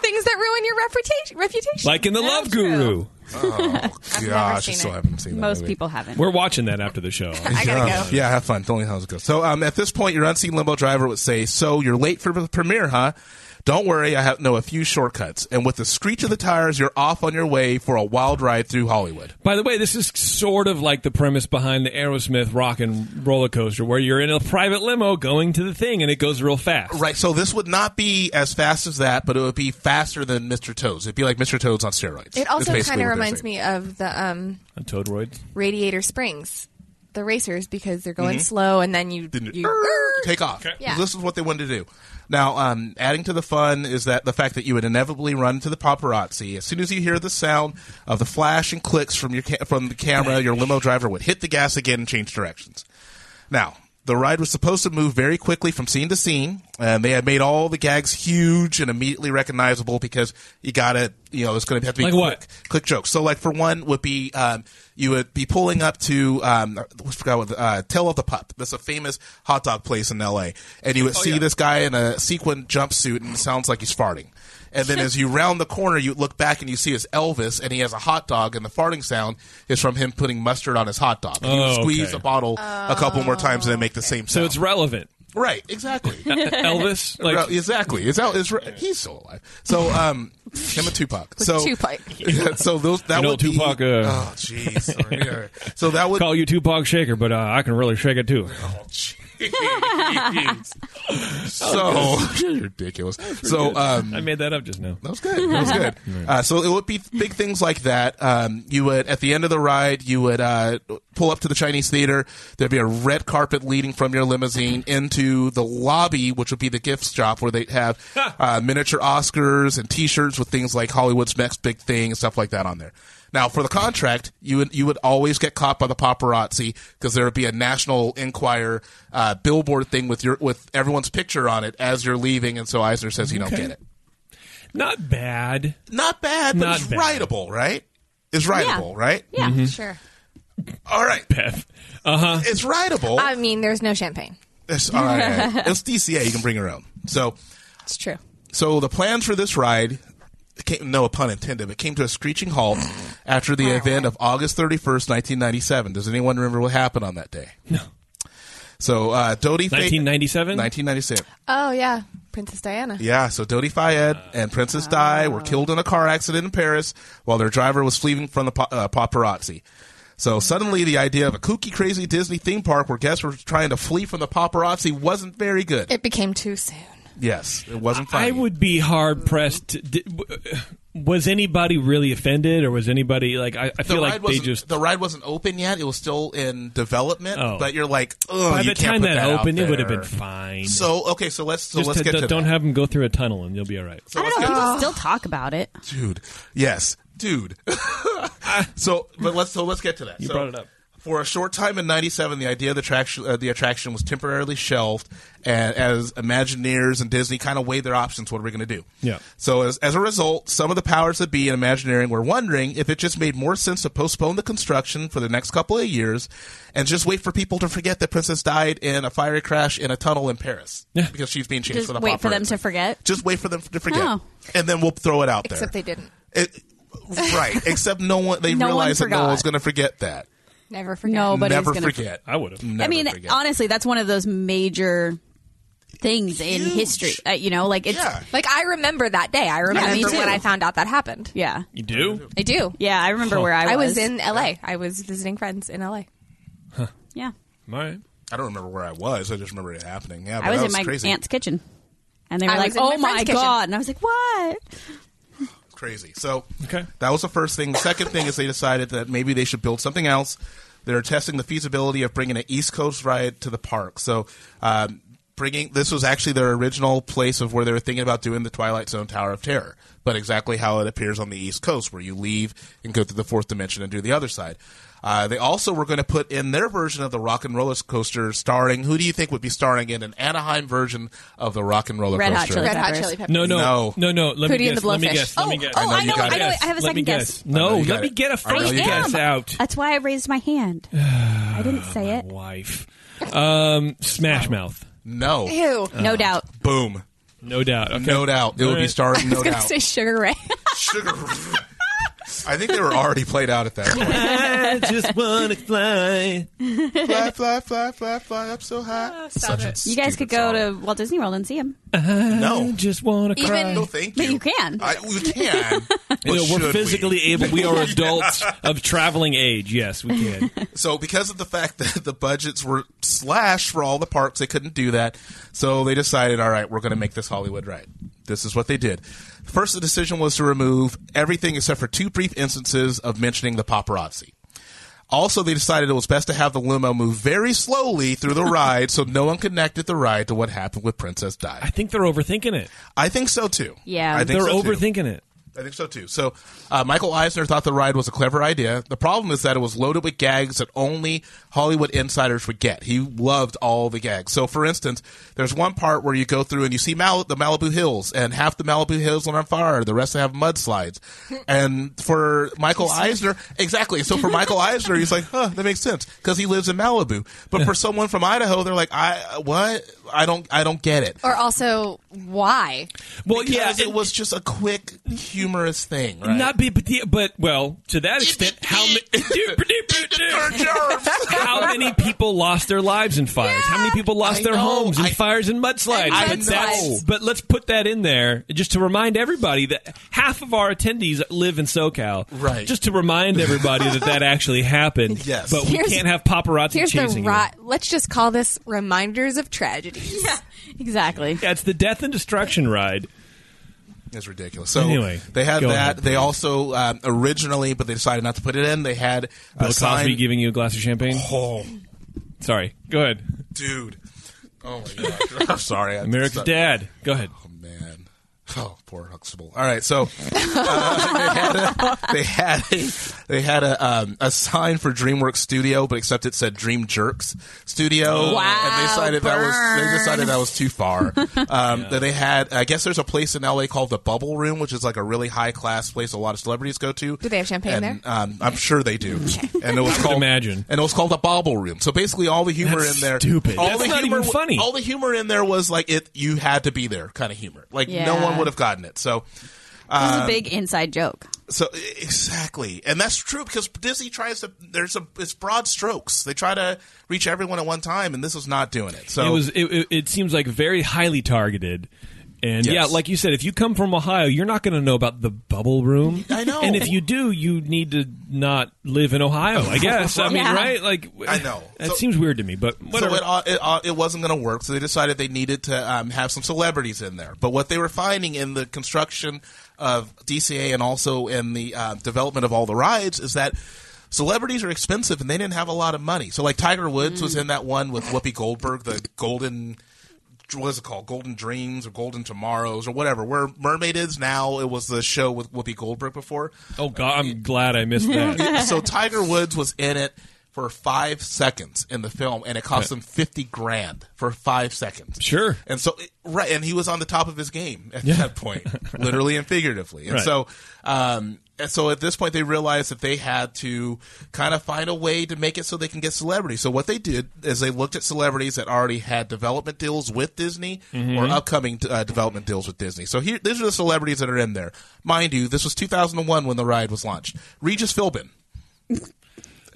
S4: Things that ruin your reputation. Reputation.
S2: like in the Love
S5: true.
S2: Guru.
S3: Gosh,
S4: seen
S3: I still
S4: it.
S3: haven't seen that
S5: Most
S3: movie. Oh,
S5: people haven't.
S2: We're watching that after the show.
S4: I gotta go.
S3: Yeah, have fun. Tell me how it goes. So, um, at this point, your unseen limbo driver would say, "So you're late for the premiere, huh?" Don't worry, I have know a few shortcuts. And with the screech of the tires, you're off on your way for a wild ride through Hollywood.
S2: By the way, this is sort of like the premise behind the Aerosmith rock and roller coaster, where you're in a private limo going to the thing and it goes real fast.
S3: Right, so this would not be as fast as that, but it would be faster than Mr. Toad's. It'd be like Mr. Toad's on steroids.
S4: It
S3: is
S4: also
S3: basically
S4: kind
S3: what
S4: of
S3: they're
S4: reminds
S3: saying.
S4: me of the um,
S2: On Toadroids.
S4: Radiator Springs, the racers, because they're
S2: Mm-hmm.
S4: going slow and then you.
S3: Didn't
S4: you
S3: it- take off.
S4: Yeah.
S3: This is what they wanted to do. Now, um, adding to the fun is that the fact that you would inevitably run into the paparazzi. As soon as you hear the sound of the flash and clicks from your ca- from the camera, your limo driver would hit the gas again and change directions. Now, the ride was supposed to move very quickly from scene to scene, and they had made all the gags huge and immediately recognizable because you got to, you know, it's going to have to be
S2: Like
S3: quick,
S2: what?
S3: quick jokes. So, like for one, would be um, you would be pulling up to um, I forgot what the- uh, Tail of the Pup. That's a famous hot dog place in L.A. And you would
S2: Oh,
S3: see this guy in a sequin jumpsuit and it sounds like he's farting. And then as you round the corner, you look back and you see it's Elvis, and he has a hot dog, and the farting sound is from him putting mustard on his hot dog. And he would
S2: Oh,
S3: squeeze
S2: okay.
S3: a bottle a couple
S4: Oh,
S3: more times and then make the same sound.
S2: So it's relevant.
S3: Right, exactly.
S2: Elvis, like,
S3: Right, exactly. It's out. It's, re- he's still alive. So, um, him and Tupac.
S4: With
S3: so
S4: Tupac.
S3: so those that
S2: You know,
S3: would be-
S2: Tupac, uh,
S3: oh, jeez. Sorry. All right. So that would.
S2: call you Tupac Shaker, but uh, I can really shake it too.
S3: Jeez. so
S2: Oh,
S3: ridiculous. So, um,
S2: I made that up just now.
S3: that was good. That was good. Uh, so it would be big things like that. Um, you would at the end of the ride, you would uh, pull up to the Chinese theater. There'd be a red carpet leading from your limousine into the lobby, which would be the gift shop where they'd have uh, miniature Oscars and T-shirts with things like Hollywood's next big thing and stuff like that on there. Now, for the contract, you would, you would always get caught by the paparazzi because there would be a National Enquirer uh, billboard thing with your with everyone's picture on it as you're leaving, and so Eisner says you don't get it
S2: Not bad.
S3: not bad, but
S2: Not
S3: it's
S2: bad.
S3: writable, right? It's writable, right?
S5: Yeah.
S2: Mm-hmm.
S4: Sure.
S3: All right,
S2: Beth.
S3: it's writable.
S4: I mean, there's no champagne.
S3: It's, all right, all right. it's DCA. You can bring your own. So,
S4: It's true.
S3: so the plans for this ride, came, no pun intended, but came to a screeching halt after the event of August thirty first, nineteen ninety seven. Does anyone remember what happened on that day? No. So uh, Dodie Fa-
S2: 1997?
S3: 1997.
S4: Oh, yeah. Princess Diana.
S3: Yeah, so Dodi Fayed and Princess Di were killed in a car accident in Paris while their driver was fleeing from the pa- uh, paparazzi. So suddenly, the idea of a kooky, crazy Disney theme park where guests were trying to flee from the paparazzi wasn't very good.
S4: It became too soon.
S3: yes, it wasn't funny.
S2: I would be hard pressed. To, di- w- uh, was anybody really offended, or was anybody like? I, I
S3: The
S2: feel like
S3: ride
S2: they
S3: wasn't
S2: just.
S3: the ride wasn't open yet; it was still in development.
S2: Oh.
S3: But you're like, oh,
S2: by the
S3: you can't
S2: time
S3: put
S2: that,
S3: out
S2: opened, it would have
S3: there."
S2: been fine.
S3: So okay, so let's so
S2: Just
S3: let's
S2: to-
S3: get
S2: don't-
S3: to
S2: don't
S3: that.
S2: have them go through a tunnel, and you'll be all right.
S3: So
S5: I
S3: let's
S5: don't know.
S3: get to-
S5: People still talk about it.
S3: dude. Yes, dude. so, but let's so let's get to that.
S2: You
S3: So,
S2: brought it up.
S3: For a short time in '97, the idea of the attraction, uh, the attraction was temporarily shelved, and as Imagineers and Disney kind of weighed their options, what are we going to do?
S2: Yeah.
S3: So as, as a result, some of the powers that be in Imagineering were wondering if it just made more sense to postpone the construction for the next couple of years, and just wait for people to forget that Princess died in a fiery crash in a tunnel in Paris because she's being chased for
S5: Just
S3: the
S5: wait for them
S3: paparazzi.
S5: to forget.
S3: Just wait for them to forget,
S5: Oh.
S3: and then we'll throw it out there.
S4: Except they didn't.
S3: It, right. Except no one. They
S5: No one
S3: realized that no
S5: forgot.
S3: one's going to forget that.
S4: Never forget.
S5: Nobody's
S3: Never
S5: gonna-
S3: forget.
S2: I would have.
S5: I mean,
S3: forget.
S5: honestly, that's one of those major things in
S3: Huge.
S5: history. Uh, you know, like it's
S3: Yeah.
S4: Like, I remember that day. I remember
S5: me
S4: when
S5: too.
S4: I found out that happened.
S5: yeah,
S2: You do?
S4: I do.
S5: yeah. I remember where I was.
S4: I was in LA. I was visiting friends in LA.
S5: Yeah,
S2: All right.
S3: I don't remember where I was. I just remember it happening. Yeah, but
S5: I was
S3: that
S5: in my
S3: crazy.
S5: aunt's kitchen, and they were
S4: I
S5: like,
S4: was in my
S5: "Oh my
S4: friend's kitchen."
S5: god!" And I was like, "What?"
S3: crazy. So
S2: Okay.
S3: that was the first thing. The second thing is they decided that maybe they should build something else. They're testing the feasibility of bringing an East Coast ride to the park. So um, bringing this was actually their original place of where they were thinking about doing the Twilight Zone Tower of Terror, but exactly how it appears on the East Coast, where you leave and go through the fourth dimension and do the other side. Uh, they also were going to put in their version of the rock and roller coaster, starring who do you think would be starring in an Anaheim version of the rock and roller
S5: Red Hot
S3: coaster?
S5: Chili
S4: Red Hot
S5: Peppers.
S4: Chili Peppers.
S2: No, no,
S3: No.
S2: no, no. Let
S4: Hootie
S2: me
S4: and
S2: guess.
S4: the
S2: Let me
S4: Blowfish.
S2: guess. Let me guess.
S5: oh, I
S3: you
S5: know,
S3: got
S5: I
S3: it.
S5: know. I have a
S2: Let me
S5: second guess.
S2: guess. No,
S3: know you
S2: let
S3: got
S2: me
S3: it.
S2: get a
S3: I know
S2: first
S3: you got
S2: guess
S3: it.
S2: out.
S5: That's why I raised my hand. I didn't say it.
S2: Wife. Um, Smash Mouth.
S3: No,
S4: Ew.
S5: No doubt.
S3: boom,
S2: No doubt. Okay.
S3: no doubt. It would be
S2: Alright.
S3: starring.
S4: I was
S3: No
S4: going to
S3: doubt.
S4: say Sugar Ray.
S3: Sugar. I think they were already played out at that point.
S2: I just want to fly.
S3: fly, fly, fly, fly, fly up so high.
S4: stop
S3: Such a
S4: it.
S5: You guys could
S3: stupid
S5: go
S3: song.
S5: to Walt Disney World and see him.
S2: I
S3: no.
S2: just want to cry.
S4: Even-
S3: No, thank you.
S5: But you can.
S3: I, we can. but
S2: You know,
S3: should
S2: we're
S3: we?
S2: physically able. We are adults of traveling age. Yes, we can.
S3: So, because of the fact that the budgets were slashed for all the parks, they couldn't do that. So, they decided, all right, we're going to make this Hollywood right. This is what they did. First, the decision was to remove everything except for two brief instances of mentioning the paparazzi. Also, they decided it was best to have the limo move very slowly through the ride so no one connected the ride to what happened with Princess Di.
S2: I think they're overthinking it.
S3: I think so too.
S5: Yeah.
S3: I think
S2: They're
S3: so, too.
S2: overthinking it.
S3: I think so too. So uh, Michael Eisner thought the ride was a clever idea. The problem is that it was loaded with gags that only Hollywood insiders would get. He loved all the gags. So, for instance, there's one part where you go through and you see Mal- the Malibu Hills, and half the Malibu Hills are on fire. The rest have mudslides. And for Michael Eisner, exactly. So for Michael Eisner, he's like, "Huh, that makes sense," because he lives in Malibu. But for someone from Idaho, they're like, "I what? I don't. I don't get it."
S4: Or also, why?
S2: Well,
S3: Because
S2: yeah,
S3: it was just a quick, humorous thing, right?
S2: Not be, but, the- but well, to that extent, how many? How many people lost their lives in fires? How many people lost
S3: I
S2: their
S3: know.
S2: homes in
S3: I-
S2: fires and mudslides?
S3: I
S2: but,
S3: know.
S2: that's- but let's put that in there just to remind everybody that half of our attendees live in SoCal.
S3: Right.
S2: Just to remind everybody that that actually happened.
S3: Yes.
S2: But we
S4: Here's-
S2: can't have paparazzi
S4: Here's the
S2: chasing you.
S4: rot. Let's just call this reminders of tragedies.
S5: Exactly.
S2: Yeah, it's the death and destruction ride.
S3: It's ridiculous. So
S2: Anyway,
S3: they had
S2: go
S3: that.
S2: ahead,
S3: they also um, originally, but they decided not to put it in. They had a
S2: Bill Cosby
S3: sign.
S2: giving you a glass of champagne.
S3: oh,
S2: Sorry. Go ahead.
S3: dude. Oh my god. I'm sorry. I-
S2: America's Dad. Go ahead.
S3: Oh man. Oh, poor Huxtable. All right, so uh, they had a, they had a, they had a, um, a sign for DreamWorks Studio, but except it said Dream Jerks Studio.
S4: Wow,
S3: and they decided that was they
S4: burn.
S3: decided that was too far. Um, that They had I guess there's a place in LA called the Bubble Room, which is like a really high class place a lot of celebrities go to.
S4: Do they have champagne
S3: And, Um, I'm sure they do. And it was called
S2: imagine.
S3: And it was called the Bubble Room. So basically, all the humor
S2: That's
S3: in there,
S2: stupid.
S3: All
S2: That's
S3: the
S2: not
S3: humor,
S2: even funny.
S3: All the humor in there was like it. You had to be there, kind of humor. Like no
S5: Yeah.
S3: one would have gotten it. So,
S5: This
S3: um,
S5: is a big inside joke.
S3: so exactly, and that's true because Disney tries to. There's a it's broad strokes. They try to reach everyone at one time, and this was not doing it. So
S2: It was. It, it, it seems like very highly targeted. And
S3: Yes.
S2: yeah, like you said, if you come from Ohio, you're not going to know about the bubble room.
S3: I know.
S2: And if you do, you need to not live in Ohio. I guess. I mean,
S5: Yeah.
S2: right? Like,
S3: I know.
S2: That
S3: So-
S2: seems weird to me, but whatever.
S3: So it, au- it, au- it wasn't going to work. So they decided they needed to um, have some celebrities in there. But what they were finding in the construction of DCA and also in the uh, development of all the rides is that celebrities are expensive and they didn't have a lot of money. So like Tiger Woods was in that one with Whoopi Goldberg, the Golden. What is it called? Golden Dreams or Golden Tomorrows or whatever. Where Mermaid is now, it was the show with Whoopi Goldberg before
S2: oh God, I'm glad I missed that.
S3: so Tiger Woods was in it for five seconds in the film, and it cost him fifty grand for five seconds.
S2: Sure.
S3: And so, right, and he was on the top of his game at
S2: Yeah.
S3: that point, literally and figuratively. And
S2: Right.
S3: so, um, and so at this point, they realized that they had to kind of find a way to make it so they can get celebrities. So what they did is they looked at celebrities that already had development deals with Disney
S2: Mm-hmm.
S3: or upcoming uh, development deals with Disney. So here, these are the celebrities that are in there. Mind you, this was 2001 when the ride was launched. Regis Philbin.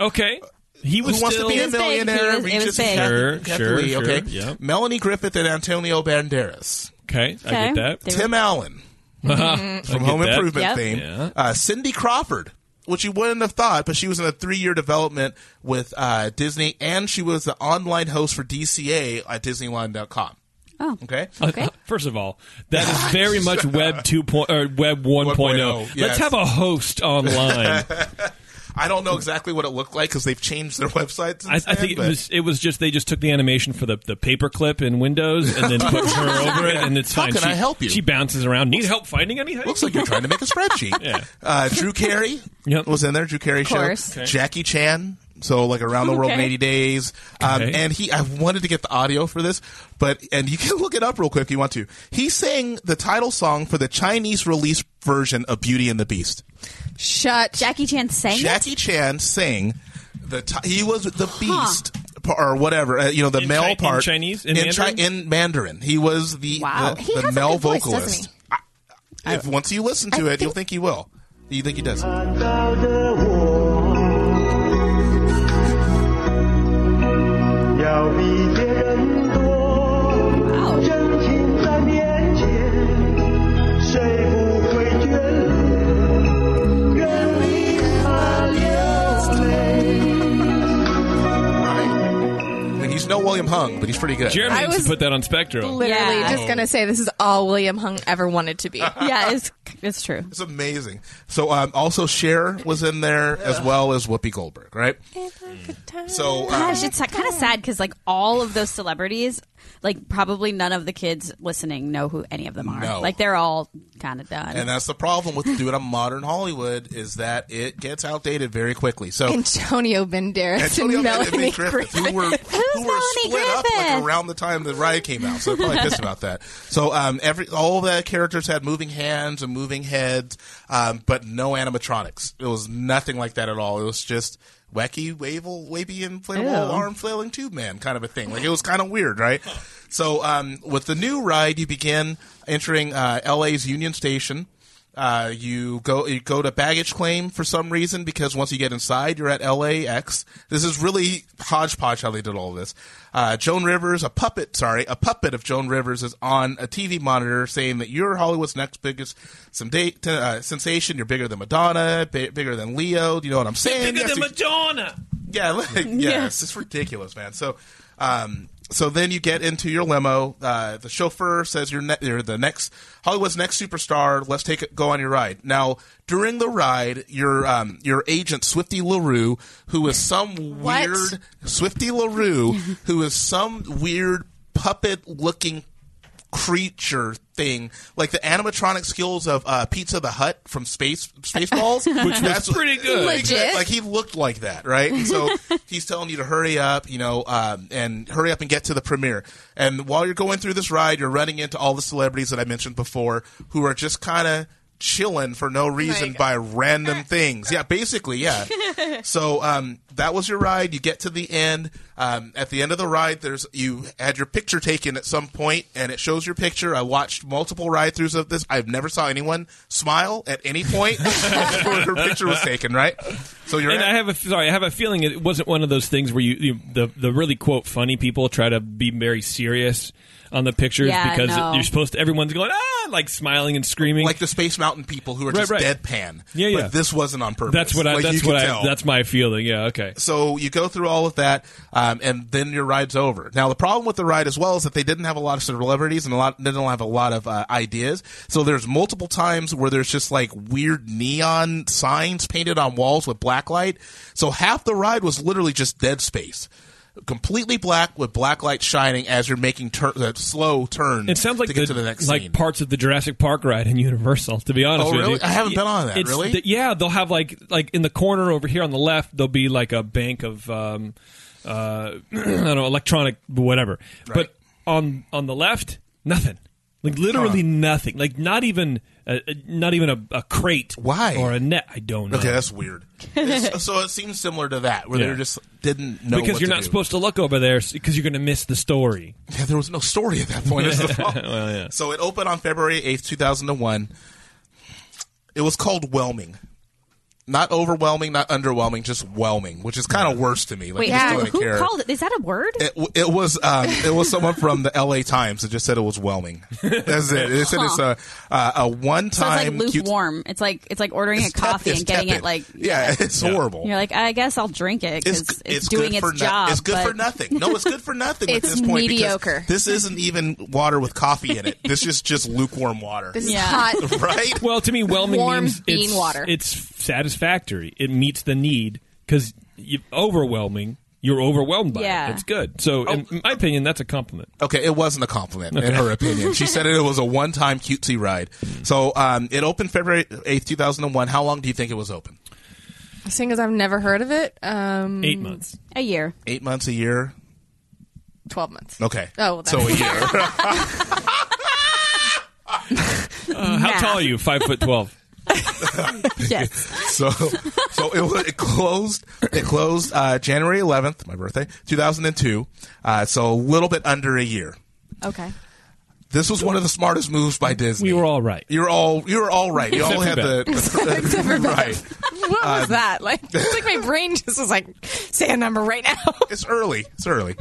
S2: Okay. He was
S3: Who wants
S2: still
S3: to be a
S5: was big.
S3: millionaire?
S5: He was- it
S3: Regis
S5: was big.
S3: Kathy-
S2: Sure,
S3: Kathy
S2: sure,
S3: Lee,
S2: sure,
S3: okay.
S2: yeah.
S3: Melanie Griffith and Antonio Banderas.
S2: okay, I get that.
S5: There-
S3: Tim Allen
S2: I
S3: from
S2: get
S3: Home
S2: that.
S3: Improvement
S5: Yep.
S3: fame.
S2: Yeah.
S3: Uh, Cindy Crawford, which you wouldn't have thought, but she was in a three-year development with uh, Disney, and she was the online host for DCA at DisneyLine.com.
S5: Oh.
S3: Okay.
S5: Okay.
S2: Uh, First of all, that is very much Web two point or Web one
S3: 1.0,
S2: Let's
S3: oh, yes.
S2: have a host online.
S3: I don't know exactly what it looked like because they've changed their website. Since
S2: I, I
S3: then,
S2: think it
S3: but-
S2: was it was just they just took the animation for the the paperclip in Windows and then put her over it, and it's
S3: How
S2: fine.
S3: can
S2: she,
S3: I help you?
S2: She bounces around. Need help finding anything?
S3: Looks like you're trying to make a spreadsheet.
S2: Yeah.
S3: Uh, Drew Carey
S2: Yep.
S3: was in there. Drew Carey show.
S5: course. Okay.
S3: Jackie Chan. So like around the world in
S5: Okay.
S3: 80 days. Um,
S2: Okay.
S3: And he, I wanted to get the audio for this, but and you can look it up real quick if you want to. He sang the title song for the Chinese release version of Beauty and the Beast.
S4: Shut.
S5: Jackie Chan sang it?
S3: Jackie Chan sang the ti- he was the Beast. p- Or whatever, uh, you know, the
S2: In
S3: male
S2: Chi- in
S3: part
S2: Chinese? In
S3: Chi-
S2: Mandarin?
S3: in Mandarin. He was the
S5: Wow.
S3: the,
S4: He
S3: the
S4: has a
S3: male
S4: good voice, doesn't
S3: vocalist.
S4: he?
S3: I- if once you listen to
S4: I
S3: it, you'll think
S4: think-
S3: he will. You think he does?
S6: 看到的我，要比别人多。
S5: 哇哦！
S6: 真情在面前，谁不会眷恋？远离他流泪。
S3: And he's no William Hung, but he's pretty good.
S2: Jeremy
S4: I
S2: needs
S4: was
S2: to put that on Spectrum.
S4: Literally
S5: Yeah.
S4: just going to say this is all William Hung ever wanted to be.
S5: Yeah, it's it's true.
S3: It's amazing. So um, also Cher was in there as well as Whoopi Goldberg, right? So uh,
S5: Gosh, it's kind of sad because like all of those celebrities, like probably none of the kids listening know who any of them are.
S3: No.
S5: Like they're all kind of done.
S3: and that's the problem with doing a modern Hollywood is that it gets outdated very quickly. So
S4: Antonio Banderas and,
S3: Antonio Banderas and
S4: Melanie
S3: Griffith, who were who were
S5: Melanie
S3: split up like
S5: Griffith?
S3: around the time the riot came out. So I'm probably pissed about that. So um, every all the characters had moving hands and moving heads, um, but no animatronics. It was nothing like that at all. It was just wacky, wavel, wavy, inflatable
S5: Ew.
S3: arm flailing tube man kind of a thing. Like it was kind of weird, right? So um, with the new ride, you begin entering uh, LA's Union Station. Uh, you go you go to baggage claim for some reason because once you get inside, you're at LAX. This is really hodgepodge how they did all this. Uh, Joan Rivers, a puppet, sorry, a puppet of Joan Rivers is on a TV monitor saying that you're Hollywood's next biggest some day, uh, sensation. You're bigger than Madonna, bi- bigger than Leo. Do you know what I'm saying?
S2: Bigger
S3: Yes,
S2: than
S3: you-
S2: Madonna.
S3: yeah, like, yes, it's ridiculous, man. So, um, so then you get into your limo. Uh, the chauffeur says you're, ne- you're the next Hollywood's next superstar. Let's take it, go on your ride. Now, during the ride, your um, your agent Swifty Larue, who is some
S4: What?
S3: weird Swifty Larue, who is some weird puppet looking creature thing like the animatronic skills of uh, pizza the hut from space spaceballs which that's
S2: pretty good.
S4: Legit.
S3: like he looked like that, right? And so he's telling you to hurry up, you know, um, and hurry up and get to the premiere. And while you're going through this ride, you're running into all the celebrities that I mentioned before who are just kind of chilling for no reason
S4: Like-
S3: by random things. Yeah, basically, yeah. so um, that was your ride. You get to the end. Um, at the end of the ride, there's you had your picture taken at some point, and it shows your picture. I watched multiple ride throughs of this. I've never saw anyone smile at any point before her picture was taken. Right. So you're
S2: And
S3: at-
S2: I have a sorry, I have a feeling it wasn't one of those things where you, you the the really quote funny people try to be very serious on the pictures
S5: Yeah,
S2: because
S5: no.
S2: you're supposed to everyone's going ah like smiling and screaming.
S3: like the Space Mountain people who are
S2: Right,
S3: just
S2: right.
S3: deadpan.
S2: Yeah, yeah.
S3: But this wasn't on purpose.
S2: that's what I
S3: Like, you
S2: that's
S3: could
S2: what I
S3: tell.
S2: that's my feeling. Yeah, okay.
S3: so you go through all of that, um, and then your ride's over. Now the problem with the ride as well is that they didn't have a lot of celebrities and a lot they don't have a lot of uh, ideas. So there's multiple times where there's just like weird neon signs painted on walls with black light. So half the ride was literally just dead space. Completely black with black light shining as you're making tur- uh, slow turns.
S2: It sounds like
S3: to
S2: the,
S3: get to the next
S2: like
S3: scene.
S2: parts of the Jurassic Park ride in Universal. To be honest
S3: Oh,
S2: with
S3: really?
S2: you,
S3: I haven't been on that,
S2: It's
S3: really?
S2: the- yeah, they'll have like like in the corner over here on the left, there'll be like a bank of um, uh, I don't know, electronic whatever.
S3: Right.
S2: But on on the left, nothing. Like literally nothing. Like not even a, a- not even a, a crate.
S3: Why?
S2: or a net? I don't know.
S3: Okay, that's weird. It's- so it seems similar to that, where
S2: Yeah.
S3: they just didn't know
S2: because
S3: what
S2: you're
S3: to
S2: not
S3: do.
S2: supposed to look over there because you're going to miss the story.
S3: Yeah, there was no story at that point. is the problem.
S2: Well, yeah.
S3: So it opened on February eighth, two thousand and one. It was called Whelming. Not overwhelming, not underwhelming, just whelming, which is kind of worse to me. Like,
S5: Wait,
S3: just
S5: who,
S3: don't
S5: who
S3: care.
S5: called it? Is that a word?
S3: It, w- it was um, it was someone from the L.A. Times that just said it was whelming. That's it. They said it's a uh, a one
S5: so it's like
S3: time
S5: lukewarm. It's like it's like ordering a coffee and getting it like
S3: yeah, it's horrible.
S5: You're like, I guess I'll drink it because it's, doing
S3: good
S5: its
S3: for no-
S5: job.
S3: it's good
S5: but-
S3: for nothing. No, it's good for nothing at
S4: It's
S3: this point. because
S4: mediocre.
S3: This isn't even water with coffee in it. This is just lukewarm water,
S4: This
S5: Yeah.
S4: is hot.
S3: right?
S2: Well, to me, whelming
S4: Warm
S2: means
S4: bean
S2: it's,
S4: water.
S2: It's satisfactory. It meets the need because overwhelming. You're overwhelmed by
S5: Yeah.
S2: it. It's good. So, in
S3: Oh.
S2: my opinion, that's a compliment.
S3: Okay, it wasn't a compliment in her opinion. She said it was a one-time cutesy ride. So um, it opened February eighth, two thousand and one. How long do you think it was open?
S4: Seeing as I've never heard of it, um,
S2: Eight months.
S5: a year.
S3: Eight months, a year.
S4: 12 months.
S3: Okay.
S4: Oh, well,
S3: so a
S4: that's-
S3: year.
S2: Uh, how tall are you? Five foot twelve.
S5: Yes.
S3: so so it, was- it closed it closed uh, January eleventh, my birthday, two thousand and two. Uh, so a little bit under a year.
S5: okay.
S3: This was one of the smartest moves by Disney.
S2: We were all right.
S3: You're all you're all right. You all
S2: Except
S3: had
S2: for
S3: the right.
S4: What was that? Like, it's like my brain just was like say a number right now.
S3: It's early. It's early.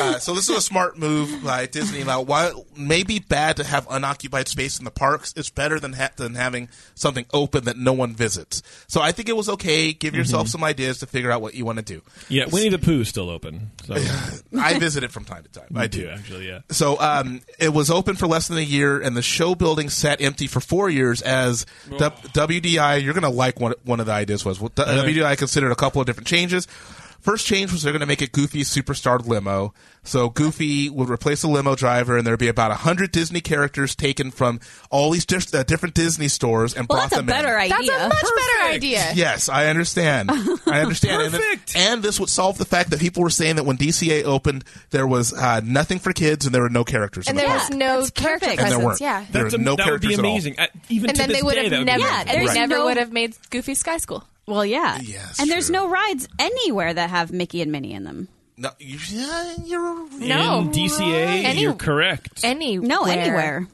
S3: Uh, so this is a smart move by Disney. Now, while it may be bad to have unoccupied space in the parks, it's better than ha- than having something open that no one visits. So I think it was okay. Give yourself
S2: Mm-hmm.
S3: some ideas to figure out what you want to do.
S2: Yeah, Winnie the Pooh's still open. So
S3: I visit it from time to time. I do.
S2: do actually, yeah.
S3: So um, it was open for less than a year, and the show building sat empty for four years as du- WDI. You're going to like one, one of the ideas was well, du- WDI considered a couple of different changes. First change was they're going to make it Goofy's superstar limo. So Goofy would replace the limo driver, and there'd be about hundred Disney characters taken from all these dis- uh, different Disney stores and
S5: Well,
S3: brought
S5: that's a
S3: them in.
S5: better idea.
S4: That's a much better idea.
S3: Yes, I understand. I understand. And-
S2: Perfect.
S3: And, this would solve the fact that people were saying that when DCA opened, there was uh, nothing for kids and there were no characters. in
S4: And
S3: the
S4: there
S3: park.
S4: was no
S5: that's
S4: character
S5: perfect.
S3: And there
S4: presence.
S3: weren't.
S4: Yeah.
S3: There
S2: That's
S3: were
S2: am-
S3: no
S2: that would be
S3: characters at all.
S2: amazing. I, even
S4: and
S2: to
S4: then they
S2: this
S4: would
S2: day,
S4: have
S2: that would be
S4: never,
S5: Yeah,
S2: amazing.
S4: they
S5: there's
S4: never
S5: no-
S4: would have made Goofy Sky School.
S5: Well, yeah.
S3: Yeah, that's
S5: and there's
S3: true.
S5: no rides anywhere that have Mickey and Minnie in them.
S3: No, you- yeah, you're
S4: No.
S2: in DCA,
S4: Any-
S2: you're correct.
S4: Any
S5: No, anywhere.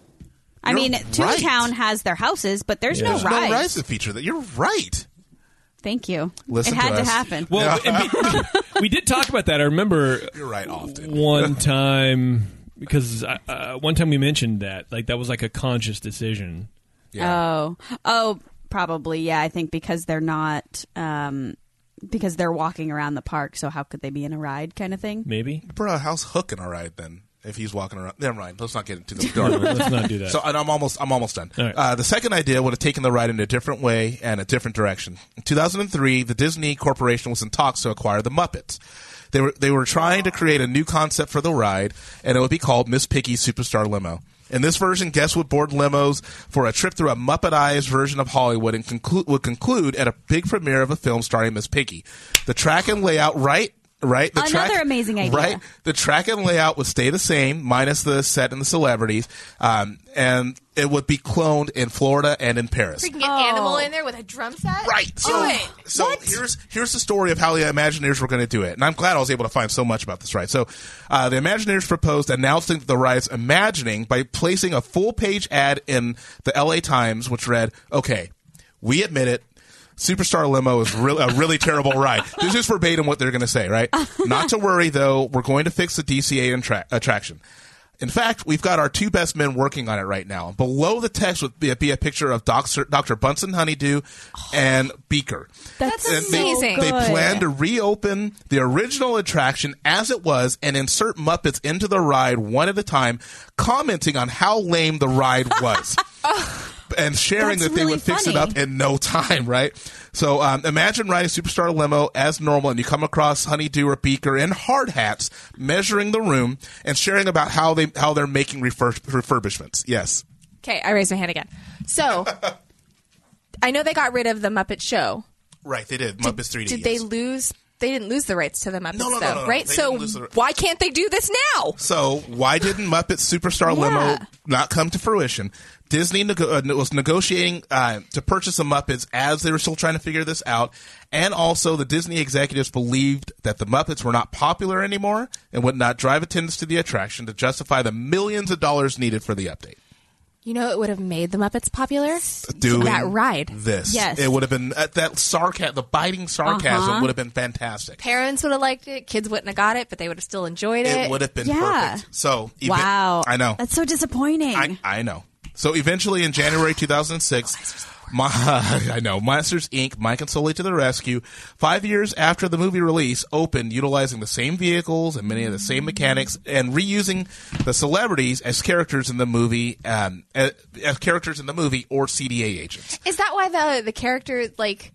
S5: I
S3: You're
S5: mean,
S3: right.
S5: Toontown has their houses, but there's no
S2: There's
S3: no
S5: rides.
S3: rise to feature that. You're right.
S5: Thank you.
S3: Listen
S5: it had
S3: to
S5: to,
S3: us.
S5: happen.
S2: Well, and we, we did talk about that. I remember
S3: You're right often.
S2: one time because uh, uh, one time we mentioned that like that was like a conscious decision.
S4: Uh,
S3: Yeah.
S5: Oh, oh, probably. Yeah, I think because they're not, um, because they're walking around the park. So how could they be in a ride, kind of thing?
S2: Maybe
S3: Bro, how's Hook in all right then? If he's walking around, never mind. Let's not get into the
S2: No,
S3: dark.
S2: let's not do that.
S3: So and I'm almost I'm almost done.
S2: All right.
S3: Uh, the second idea would have taken the ride in a different way and a different direction. In 2003, the Disney Corporation was in talks to acquire the Muppets. They were they were trying to create a new concept for the ride, and it would be called Miss Piggy Superstar Limo. In this version, guests would board limos for a trip through a Muppetized version of Hollywood and conclu- would conclude at a big premiere of a film starring Miss Piggy. The track and layout, right? Right. The
S5: Another
S3: track-
S5: amazing idea.
S3: Right. The track and layout would stay the same, minus the set and the celebrities, um, and it would be cloned in Florida and in Paris.
S4: We can get Animal in there with a drum set.
S3: Right. So,
S4: Do it.
S3: so here's here's the story of how the Imagineers were going to do it, and I'm glad I was able to find so much about this. Right. So, uh, the Imagineers proposed announcing the ride's imagining by placing a full page ad in the L.A. Times, which read, "Okay, we admit it." Superstar Limo is really a really terrible ride. This is verbatim what they're going to say, right? Not to worry though, we're going to fix the DCA attra- attraction. In fact, we've got our two best men working on it right now. Below the text would be, be a picture of Dr. Dr. Bunsen Honeydew and Beaker.
S5: That's
S3: And they-
S4: amazing.
S3: They,
S5: Good.
S3: plan to reopen the original attraction as it was and insert Muppets into the ride one at a time, commenting on how lame the ride was. And sharing
S5: Oh. That's
S3: that they
S5: really
S3: would fix it
S5: funny.
S3: up in no time, right? So um, imagine riding Superstar Limo as normal, and you come across Honeydew or Beaker in hard hats, measuring the room and sharing about how they how they're making refurb- refurbishments. Yes,
S4: Okay, I raised my hand again. So, I know they got rid of the Muppet Show.
S3: right. They did Muppets 3D.
S4: Did they lose? They didn't lose the rights to the Muppets,
S3: No, no, no,
S4: though,
S3: no, no.
S4: right?
S3: They
S4: so
S3: didn't lose the-
S4: why can't they do this now?
S3: So why didn't Muppet Superstar
S5: Yeah.
S3: Limo not come to fruition? Disney nego- uh, was negotiating uh, to purchase the Muppets as they were still trying to figure this out, and also the Disney executives believed that the Muppets were not popular anymore and would not drive attendance to the attraction to justify the millions of dollars needed for the update.
S4: You know, it would have made the Muppets popular.
S3: Doing
S4: that ride.
S3: this,
S5: Yes.
S3: it would have been uh, that sarcasm, the biting sarcasm
S5: Uh-huh.
S3: would have been fantastic.
S4: Parents would have liked it. Kids wouldn't have got it, but they would have still enjoyed it.
S3: It would have been
S5: Yeah.
S3: perfect. So even-
S5: Wow.
S3: I know
S5: That's so disappointing.
S3: I, I know. So eventually, in January 2006, my, I know Monsters Inc. Mike and Sully to the rescue. Five years after the movie release, opened utilizing the same vehicles and many of the same mechanics, and reusing the celebrities as characters in the movie, um, as, as characters in the movie or CDA agents.
S4: Is that why the the character like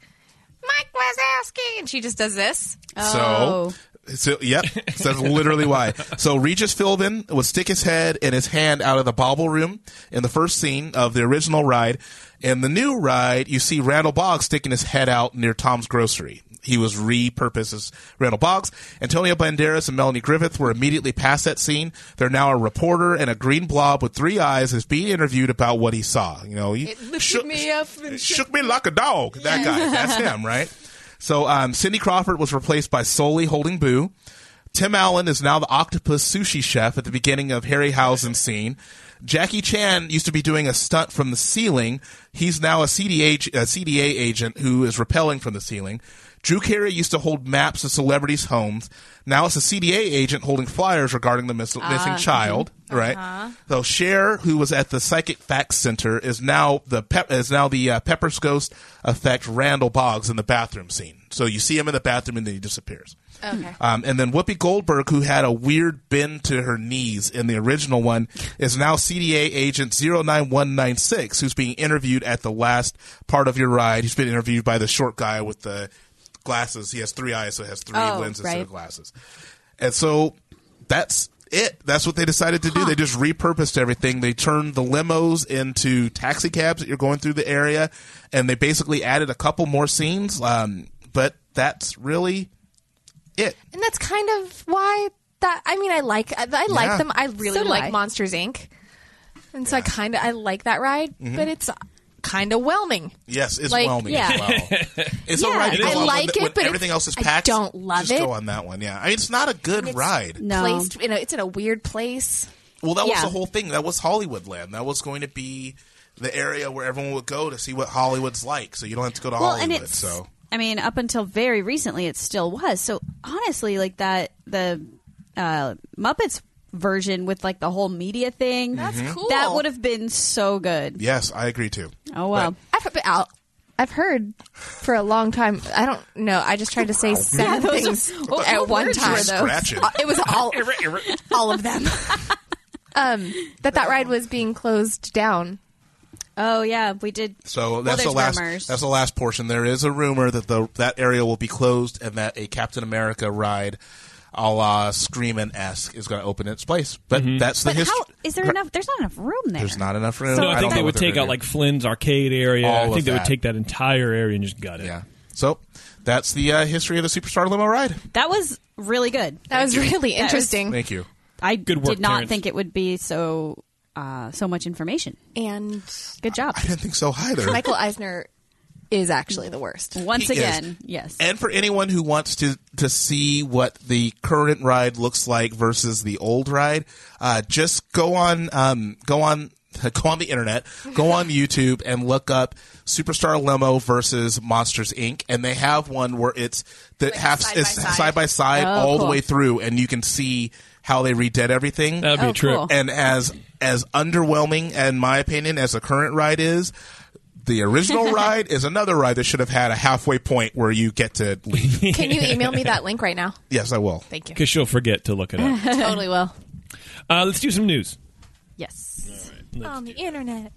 S4: Mike was asking, and she just does this?
S5: Oh.
S3: So. So, yep, so that's literally why. So Regis Philbin would stick his head and his hand out of the bobble room in the first scene of the original ride. In the new ride, you see Randall Boggs sticking his head out near Tom's Grocery. He was repurposed as Randall Boggs. Antonio Banderas and Melanie Griffith were immediately past that scene. They're now a reporter and a green blob with three eyes is being interviewed about what he saw. You know, he
S4: It lifted
S3: shook
S4: me up and
S3: shook me like a dog. That guy. That's him, right? So um, Cindy Crawford was replaced by Soli holding Boo. Tim Allen is now the octopus sushi chef at the beginning of Harryhausen's scene. Jackie Chan used to be doing a stunt from the ceiling. He's now a CDA, ag- a CDA agent who is rappelling from the ceiling. Drew Carey used to hold maps of celebrities' homes. Now it's a CDA agent holding flyers regarding the miss- missing child, right? So Cher, who was at the Psychic Facts Center, is now the pep- is now the uh, Pepper's Ghost effect Randall Boggs in the bathroom scene. So you see him in the bathroom and then he disappears.
S4: Okay.
S3: Um, and then Whoopi Goldberg, who had a weird bend to her knees in the original one, is now CDA agent 09196, who's being interviewed at the last part of your ride. He's been interviewed by the short guy with the glasses. He has three eyes, so he has three
S4: Oh,
S3: lenses instead
S4: right.
S3: of glasses. And so that's it. That's what they decided to do. They just repurposed everything. They turned the limos into taxi cabs that you're going through the area, and they basically added a couple more scenes. Um, but that's really it.
S4: And that's kind of why that. I mean, I like I, I like
S3: Yeah.
S4: them. I really
S5: So do
S4: like
S5: I.
S4: Monsters Inc. And so I kind of I like that ride, but it's kind of whelming.
S3: Yes, it's
S4: Like,
S3: whelming
S4: yeah.
S3: as well. It's all
S5: Yeah,
S3: right. to go
S4: I
S3: on when
S4: like
S3: the-
S4: it,
S3: when
S4: but
S3: everything else is
S4: I
S3: packed.
S4: don't love
S3: just
S4: it.
S3: go on that one. Yeah, I mean, it's not a good ride.
S5: No.
S4: Placed in a, it's in a weird place.
S3: Well, that was
S5: Yeah.
S3: the whole thing. That was Hollywood land. That was going to be the area where everyone would go to see what Hollywood's like. So you don't have to go to
S5: well,
S3: Hollywood.
S5: and it's.
S3: so
S5: I mean, up until very recently, it still was. So honestly, like that, the uh, Muppets version with like the whole media
S3: Mm-hmm.
S5: thing. That's
S4: cool.
S5: That would have been so good.
S3: yes, I agree too.
S5: Oh wow.
S4: I've but I'll- I've heard for a long time. I don't know. I just tried to say seven
S5: those are-
S4: things
S5: what-
S4: at
S5: what
S4: one
S5: words
S4: time.
S5: were
S4: though.
S3: Scratch it.
S4: Uh, It was all all of them. um, that that ride was being closed down.
S5: Oh yeah, we did.
S3: So that's
S5: well,
S3: the last.
S5: Rumors.
S3: That's the last portion. There is a rumor that the that area will be closed and that a Captain America ride, a la Screamin' esque, is going to open its place. But
S2: Mm-hmm.
S3: that's the
S5: but
S3: history.
S5: how is there enough? There's not enough room there.
S3: There's not enough room.
S5: So-
S2: No, I,
S5: I
S2: think
S3: don't
S2: they
S3: know
S2: would
S3: what they're
S2: take
S3: gonna
S2: out
S3: do.
S2: like Flynn's arcade area.
S3: All
S2: I
S3: of
S2: think they would
S3: that.
S2: take that entire area and just gut it.
S3: Yeah. So that's the uh, history of the Superstar Limo ride.
S5: That was really good.
S4: That was really
S5: was-
S4: interesting.
S3: Thank you.
S5: I
S2: Good work,
S5: did not
S2: Terrence.
S5: think it would be so uh, so much information.
S4: and
S5: Good job.
S3: I didn't think so either.
S4: Michael Eisner is actually the worst.
S5: Once
S3: He is.
S5: again, yes.
S3: And for anyone who wants to to see what the current ride looks like versus the old ride, uh, just go on um, go on go on the internet, go on YouTube and look up Superstar Limo versus Monsters Inc. And they have one where it's the half
S4: side by
S3: it's
S4: side?
S3: side by side
S5: Oh,
S3: all the
S5: cool.
S3: way through, and you can see how they redid everything.
S2: That would be
S5: Oh,
S2: a trip.
S5: cool.
S3: and as as underwhelming in my opinion as the current ride is the original ride is another ride that should have had a halfway point where you get to leave
S4: Can you email me that link right now?
S3: yes i will
S4: Thank you.
S2: Because she'll forget to look it up.
S4: totally will.
S2: uh, let's do some news.
S5: yes.
S4: On the internet.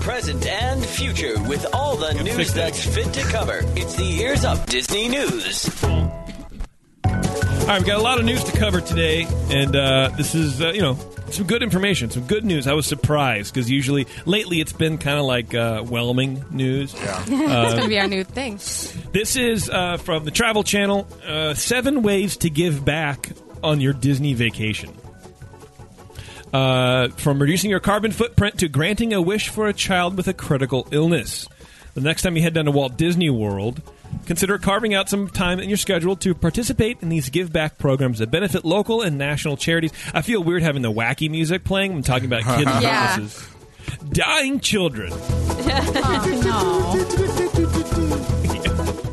S7: Present and future with all the news
S2: fix that.
S7: that's fit to cover. It's the Ears Up Disney News.
S2: All right, we've got a lot of news to cover today, and uh, this is, uh, you know, some good information, some good news. I was surprised because usually, lately, it's been kind of like uh, whelming news.
S4: That's going to be our new thing.
S2: This is uh, from the Travel Channel uh, Seven Ways to Give Back on Your Disney Vacation. Uh, from reducing your carbon footprint to granting a wish for a child with a critical illness. The next time you head down to Walt Disney World, consider carving out some time in your schedule to participate in these give back programs that benefit local and national charities. I feel weird having the wacky music playing. I'm talking about kids'
S4: Yeah.
S2: illnesses. Dying children.
S3: Uh,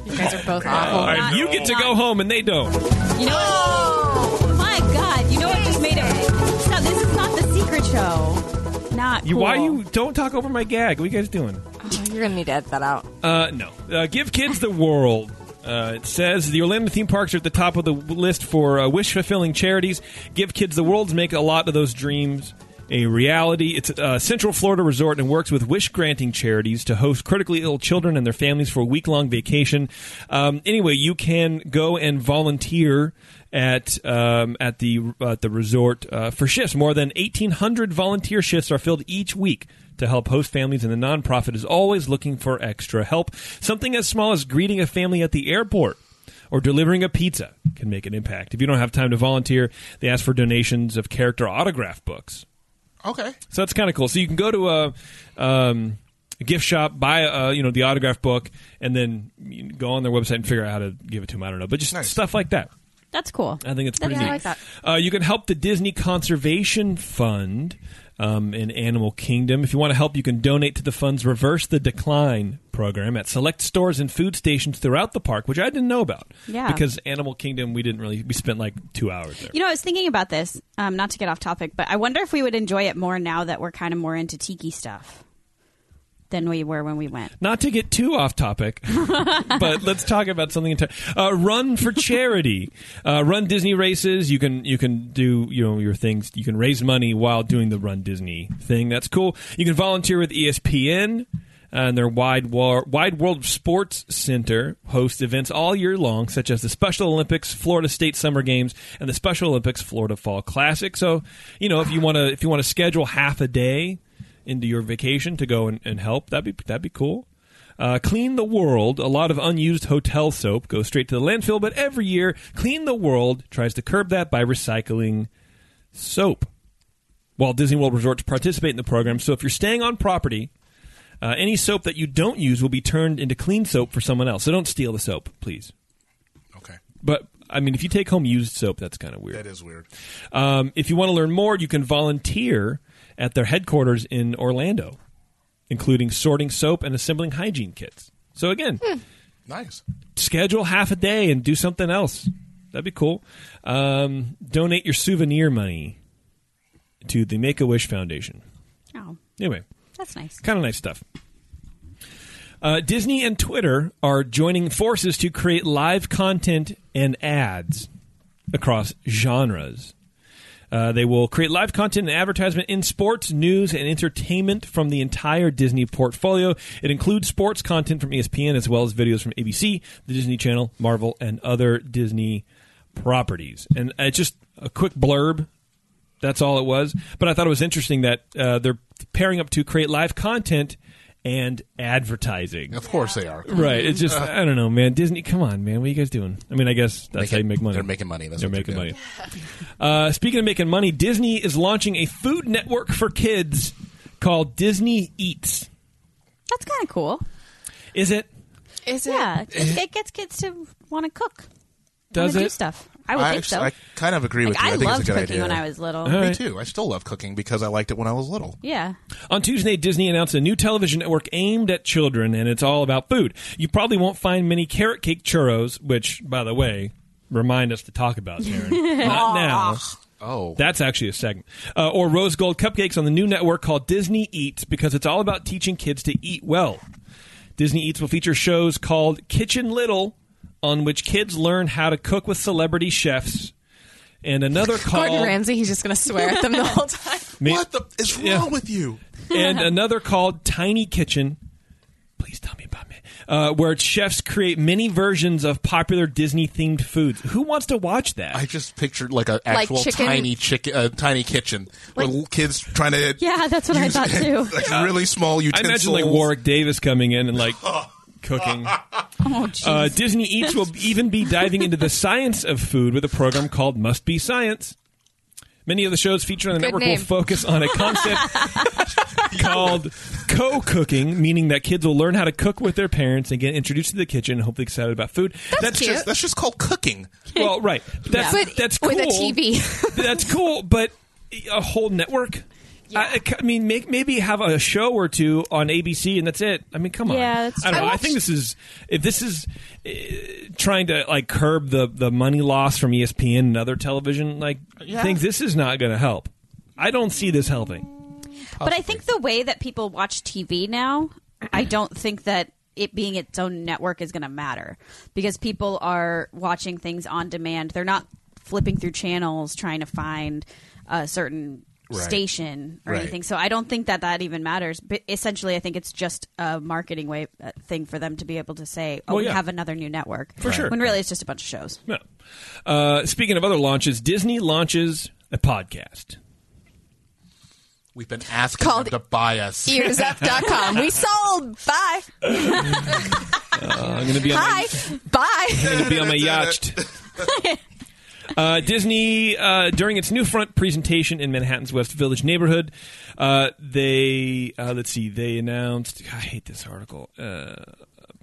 S4: You guys are both awful.
S2: All right, you get to go home and they don't.
S5: You know
S2: Oh!
S5: what? My God! You know what just made it? Stop! This is not the secret show. Not
S2: You,
S5: cool.
S2: Why you don't talk over my gag? What are you guys doing?
S4: Oh, You're going to need to edit that out.
S2: Uh, no. Uh, give kids the world. Uh, it says the Orlando theme parks are at the top of the w- list for uh, wish fulfilling charities. Give kids the world make a lot of those dreams a reality. It's a Central Florida resort and works with wish granting charities to host critically ill children and their families for a week long vacation. Um, anyway, you can go and volunteer at um, at the at the resort uh, for shifts. More than eighteen hundred volunteer shifts are filled each week to help host families, and the nonprofit is always looking for extra help. Something as small as greeting a family at the airport or delivering a pizza can make an impact. If you don't have time to volunteer, they ask for donations of character autograph books.
S3: okay
S2: So that's kind of cool. So you can go to a, um, a gift shop, buy uh, you know the autograph book, and then you can go on their website and figure out how to give it to them. I don't know, but just
S3: Nice.
S2: stuff like that.
S5: That's cool.
S2: I think it's pretty
S4: Yeah, I
S2: neat.
S4: like that.
S2: Uh, you can help the Disney Conservation Fund. um, in Animal Kingdom. If you want to help, you can donate to the fund's Reverse the Decline program at select stores and food stations throughout the park, which I didn't know about.
S5: Yeah.
S2: Because Animal Kingdom, we didn't really, we spent like two hours there.
S5: You know, I was thinking about this, um, not to get off topic, but I wonder if we would enjoy it more now that we're kind of more into tiki stuff than we were when we went.
S2: not to get too off topic, but let's talk about something. Entire, uh, run for charity, uh, run Disney races. You can you can do you know your things. You can raise money while doing the Run Disney thing. That's cool. You can volunteer with E ESPN. And their wide, war, wide World Sports Center hosts events all year long, such as the Special Olympics, Florida State Summer Games, and the Special Olympics Florida Fall Classic. So, you know, if you want to, if you want to schedule half a day into your vacation to go and, and help. That'd be that'd be cool. Uh, Clean the World, a lot of unused hotel soap goes straight to the landfill, but every year Clean the World tries to curb that by recycling soap. Walt Disney World resorts participate in the program, so if you're staying on property, uh, any soap that you don't use will be turned into clean soap for someone else. So don't steal the soap, please.
S3: Okay.
S2: But I mean, if you take home used soap, that's kind of weird.
S3: That is weird.
S2: Um, if you want to learn more, you can volunteer at their headquarters in Orlando, including sorting soap and assembling hygiene kits. So again,
S3: Nice.
S2: schedule half a day and do something else. That'd be cool. Um, donate your souvenir money to the Make a Wish Foundation.
S5: Oh,
S2: Anyway,
S5: that's nice.
S2: kind of nice stuff. Uh, Disney and Twitter are joining forces to create live content and ads across genres. Uh, they will create live content and advertisement in sports, news, and entertainment from the entire Disney portfolio. It includes sports content from E ESPN as well as videos from ABC, the Disney Channel, Marvel, and other Disney properties. And uh, just a quick blurb. That's all it was. But I thought it was interesting that uh, they're pairing up to create live content and advertising.
S3: Of course Uh-huh. they are.
S2: Right. It's just I don't know, man. Disney, come on, man. What are you guys doing? I mean, I guess that's how you
S3: Making-
S2: make money.
S3: they're making money. That's
S2: they're
S3: what
S2: making
S3: they're
S2: money. Uh, speaking of making money, Disney is launching a food network for kids called Disney Eats.
S5: That's kind of cool.
S2: Is it?
S4: Is it?
S5: Yeah, it,
S3: Eh.
S5: it gets kids to want to cook,
S2: Does
S5: wanna do
S2: it?
S5: stuff. I would think
S3: actually,
S5: so.
S3: I kind of agree
S5: Like,
S3: with you. I,
S5: I
S3: think
S5: loved
S3: it's a good
S5: cooking
S3: idea.
S5: when I was little.
S2: All
S3: Me
S2: right.
S3: too. I still love cooking because I liked it when I was little.
S5: Yeah,
S2: On Tuesday, Disney announced a new television network aimed at children, and it's all about food. You probably won't find many carrot cake churros, which, by the way, remind us to talk about, Darren. Not now.
S3: Oh,
S2: That's actually a segment. Uh, or rose gold cupcakes on the new network called Disney Eats because it's all about teaching kids to eat well. Disney Eats will feature shows called Kitchen Little, on which kids learn how to cook with celebrity chefs, and another
S4: Gordon
S2: called
S4: Ramsay, he's just going to swear at them the whole time.
S2: me-
S3: what the is wrong
S2: Yeah.
S3: with you?
S2: and another called Tiny Kitchen. Please tell me about it. Uh, where chefs create mini versions of popular Disney themed foods. Who wants to watch that?
S3: I just pictured like an actual
S4: chicken-
S3: tiny chicken, uh, tiny kitchen with little kids trying to
S5: yeah, that's what I thought too.
S3: like really small
S2: I
S3: utensils.
S2: imagine like Warwick Davis coming in and like cooking.
S5: Oh, jeez.
S2: Uh, Disney Eats will even be diving into the science of food with a program called Must Be Science. Many of the shows featured on the
S4: Good
S2: network
S4: name.
S2: will focus on a concept called co-cooking, meaning that kids will learn how to cook with their parents and get introduced to the kitchen and hopefully excited about food. That's,
S4: cute.
S2: just
S3: That's just called cooking.
S2: well, right. That's
S4: Yeah. But
S2: that's cool.
S4: with a TV.
S2: that's cool, but a whole network. I, I mean, make, maybe have a show or two on ABC, and that's it. I mean, come on.
S5: Yeah, that's
S2: I don't
S5: true.
S2: know.
S5: I
S2: I think this is if this is uh, trying to like curb the the money loss from E ESPN and other television like things. This is not going to help. I don't see this helping.
S5: but I think the way that people watch TV now, I don't think that it being its own network is going to matter because people are watching things on demand. They're not flipping through channels trying to find a certain
S3: Right.
S5: station or
S3: Right.
S5: anything. So I don't think that that even matters. But essentially, I think it's just a marketing way uh, thing for them to be able to say, "Oh,
S2: Well,
S5: we
S2: yeah.
S5: have another new network."
S2: For sure.
S5: When really it's just a bunch of shows.
S2: No. Uh, speaking of other launches, Disney launches a podcast.
S3: We've been asking
S4: Called- E-
S3: them to buy us.
S4: Earsup.com. We sold. Bye.
S2: Uh, I'm going to be on my-
S4: Bye. Bye.
S2: to be on my yacht. Uh, Disney, uh, during its new front presentation in Manhattan's West Village neighborhood, uh, they uh, let's see, they announced. I hate this article. Uh,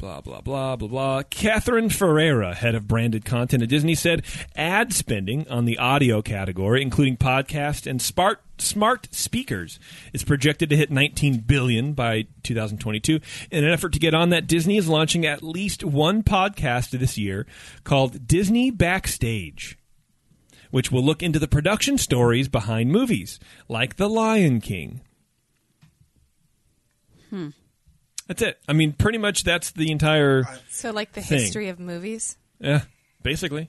S2: Blah, blah, blah, blah, blah. Catherine Ferreira, head of branded content at Disney, said ad spending on the audio category, including podcast and smart, smart speakers, is projected to hit 19 billion by 2022. In an effort to get on that, Disney is launching at least one podcast this year called Disney Backstage which will look into the production stories behind movies, like The Lion King. Hmm. That's it. I mean, pretty much that's the entire.
S4: So like the
S2: Thing.
S4: history of movies.
S2: Yeah, basically.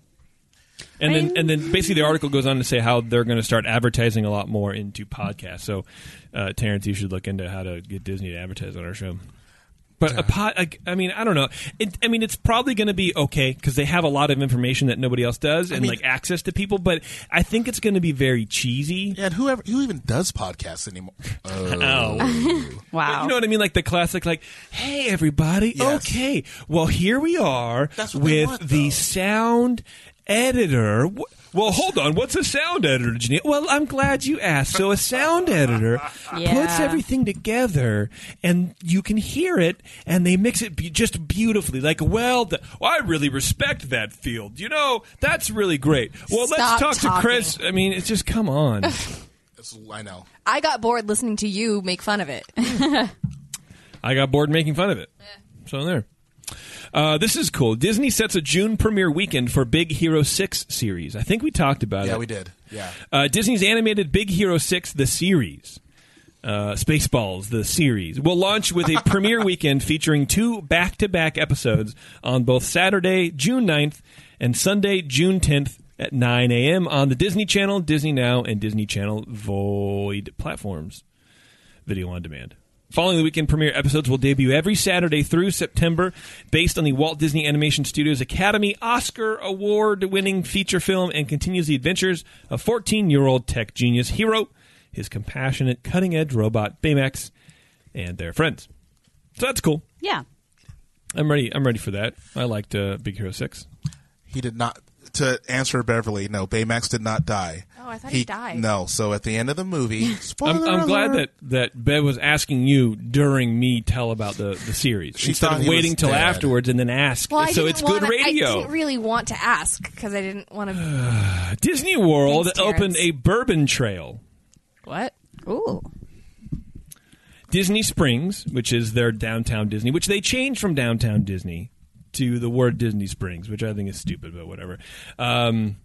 S2: And then, and then, basically, the article goes on to say how they're going to start advertising a lot more into podcasts. So, uh, Terrence, you should look into how to get Disney to advertise on our show. But a pod, I, I mean, I don't know. It, I mean, it's probably going to be okay because they have a lot of information that nobody else does and
S3: mean-
S2: like access to people. But I think it's going to be very cheesy.
S3: Yeah, and whoever who even does podcasts anymore? Uh,
S2: Oh.
S5: Wow.
S2: You know what I mean? Like the classic, like, hey, everybody,
S3: Yes.
S2: okay, well, here we are
S3: That's what they
S2: with
S3: want,
S2: the
S3: though.
S2: sound editor. Wh- Well, hold on. What's a sound editor, Janine? Well, I'm glad you asked. So, a sound editor puts
S5: Yeah.
S2: everything together, and you can hear it, and they mix it be- just beautifully. Like, well, the- well, I really respect that field. You know, that's really great. Well,
S4: Stop
S2: let's talk
S4: talking.
S2: to Chris. I mean, it's just come on.
S3: It's- I know.
S4: I got bored listening to you make fun of it.
S2: I got bored making fun of it. So there. Uh, this is cool. Disney sets a June premiere weekend for Big Hero 6 series. I think we talked about it.
S3: Yeah, we did. Yeah.
S2: Uh, Disney's animated Big Hero 6, the series, uh, Spaceballs, the series, will launch with a premiere weekend featuring two back to back episodes on both Saturday, June 9th, and Sunday, June 10th at 9 a.m. on the Disney Channel, Disney Now, and Disney Channel Void platforms. Video on demand. Following the weekend premiere, episodes will debut every Saturday through September, based on the Walt Disney Animation Studios Academy Oscar Award winning feature film, and continues the adventures of 14 year old tech genius Hero, his compassionate, cutting edge robot Baymax, and their friends. So that's cool.
S5: yeah.
S2: I'm ready. I'm ready for that. I liked uh, Big Hero Six.
S3: He did not. To answer Beverly, no, Baymax did not die.
S4: Oh, I thought he died.
S3: No, so at the end of the movie,
S2: I'm,
S3: spoiler
S2: I'm glad
S3: alert,
S2: that that Bev was asking you during me tell about the, the series
S3: She
S2: instead
S3: thought
S2: of
S3: he was
S2: waiting till
S3: dead.
S2: afterwards and then ask.
S4: Well, I
S2: so
S4: didn't
S2: it's good
S4: wanna-
S2: radio.
S4: I didn't really want to ask because I didn't want to.
S2: Disney World
S4: Thanks, Terrence.
S2: opened a bourbon trail.
S4: what?
S5: Ooh.
S2: Disney Springs, which is their downtown Disney, which they changed from downtown Disney to the word Disney Springs, which I think is stupid, but whatever. Um,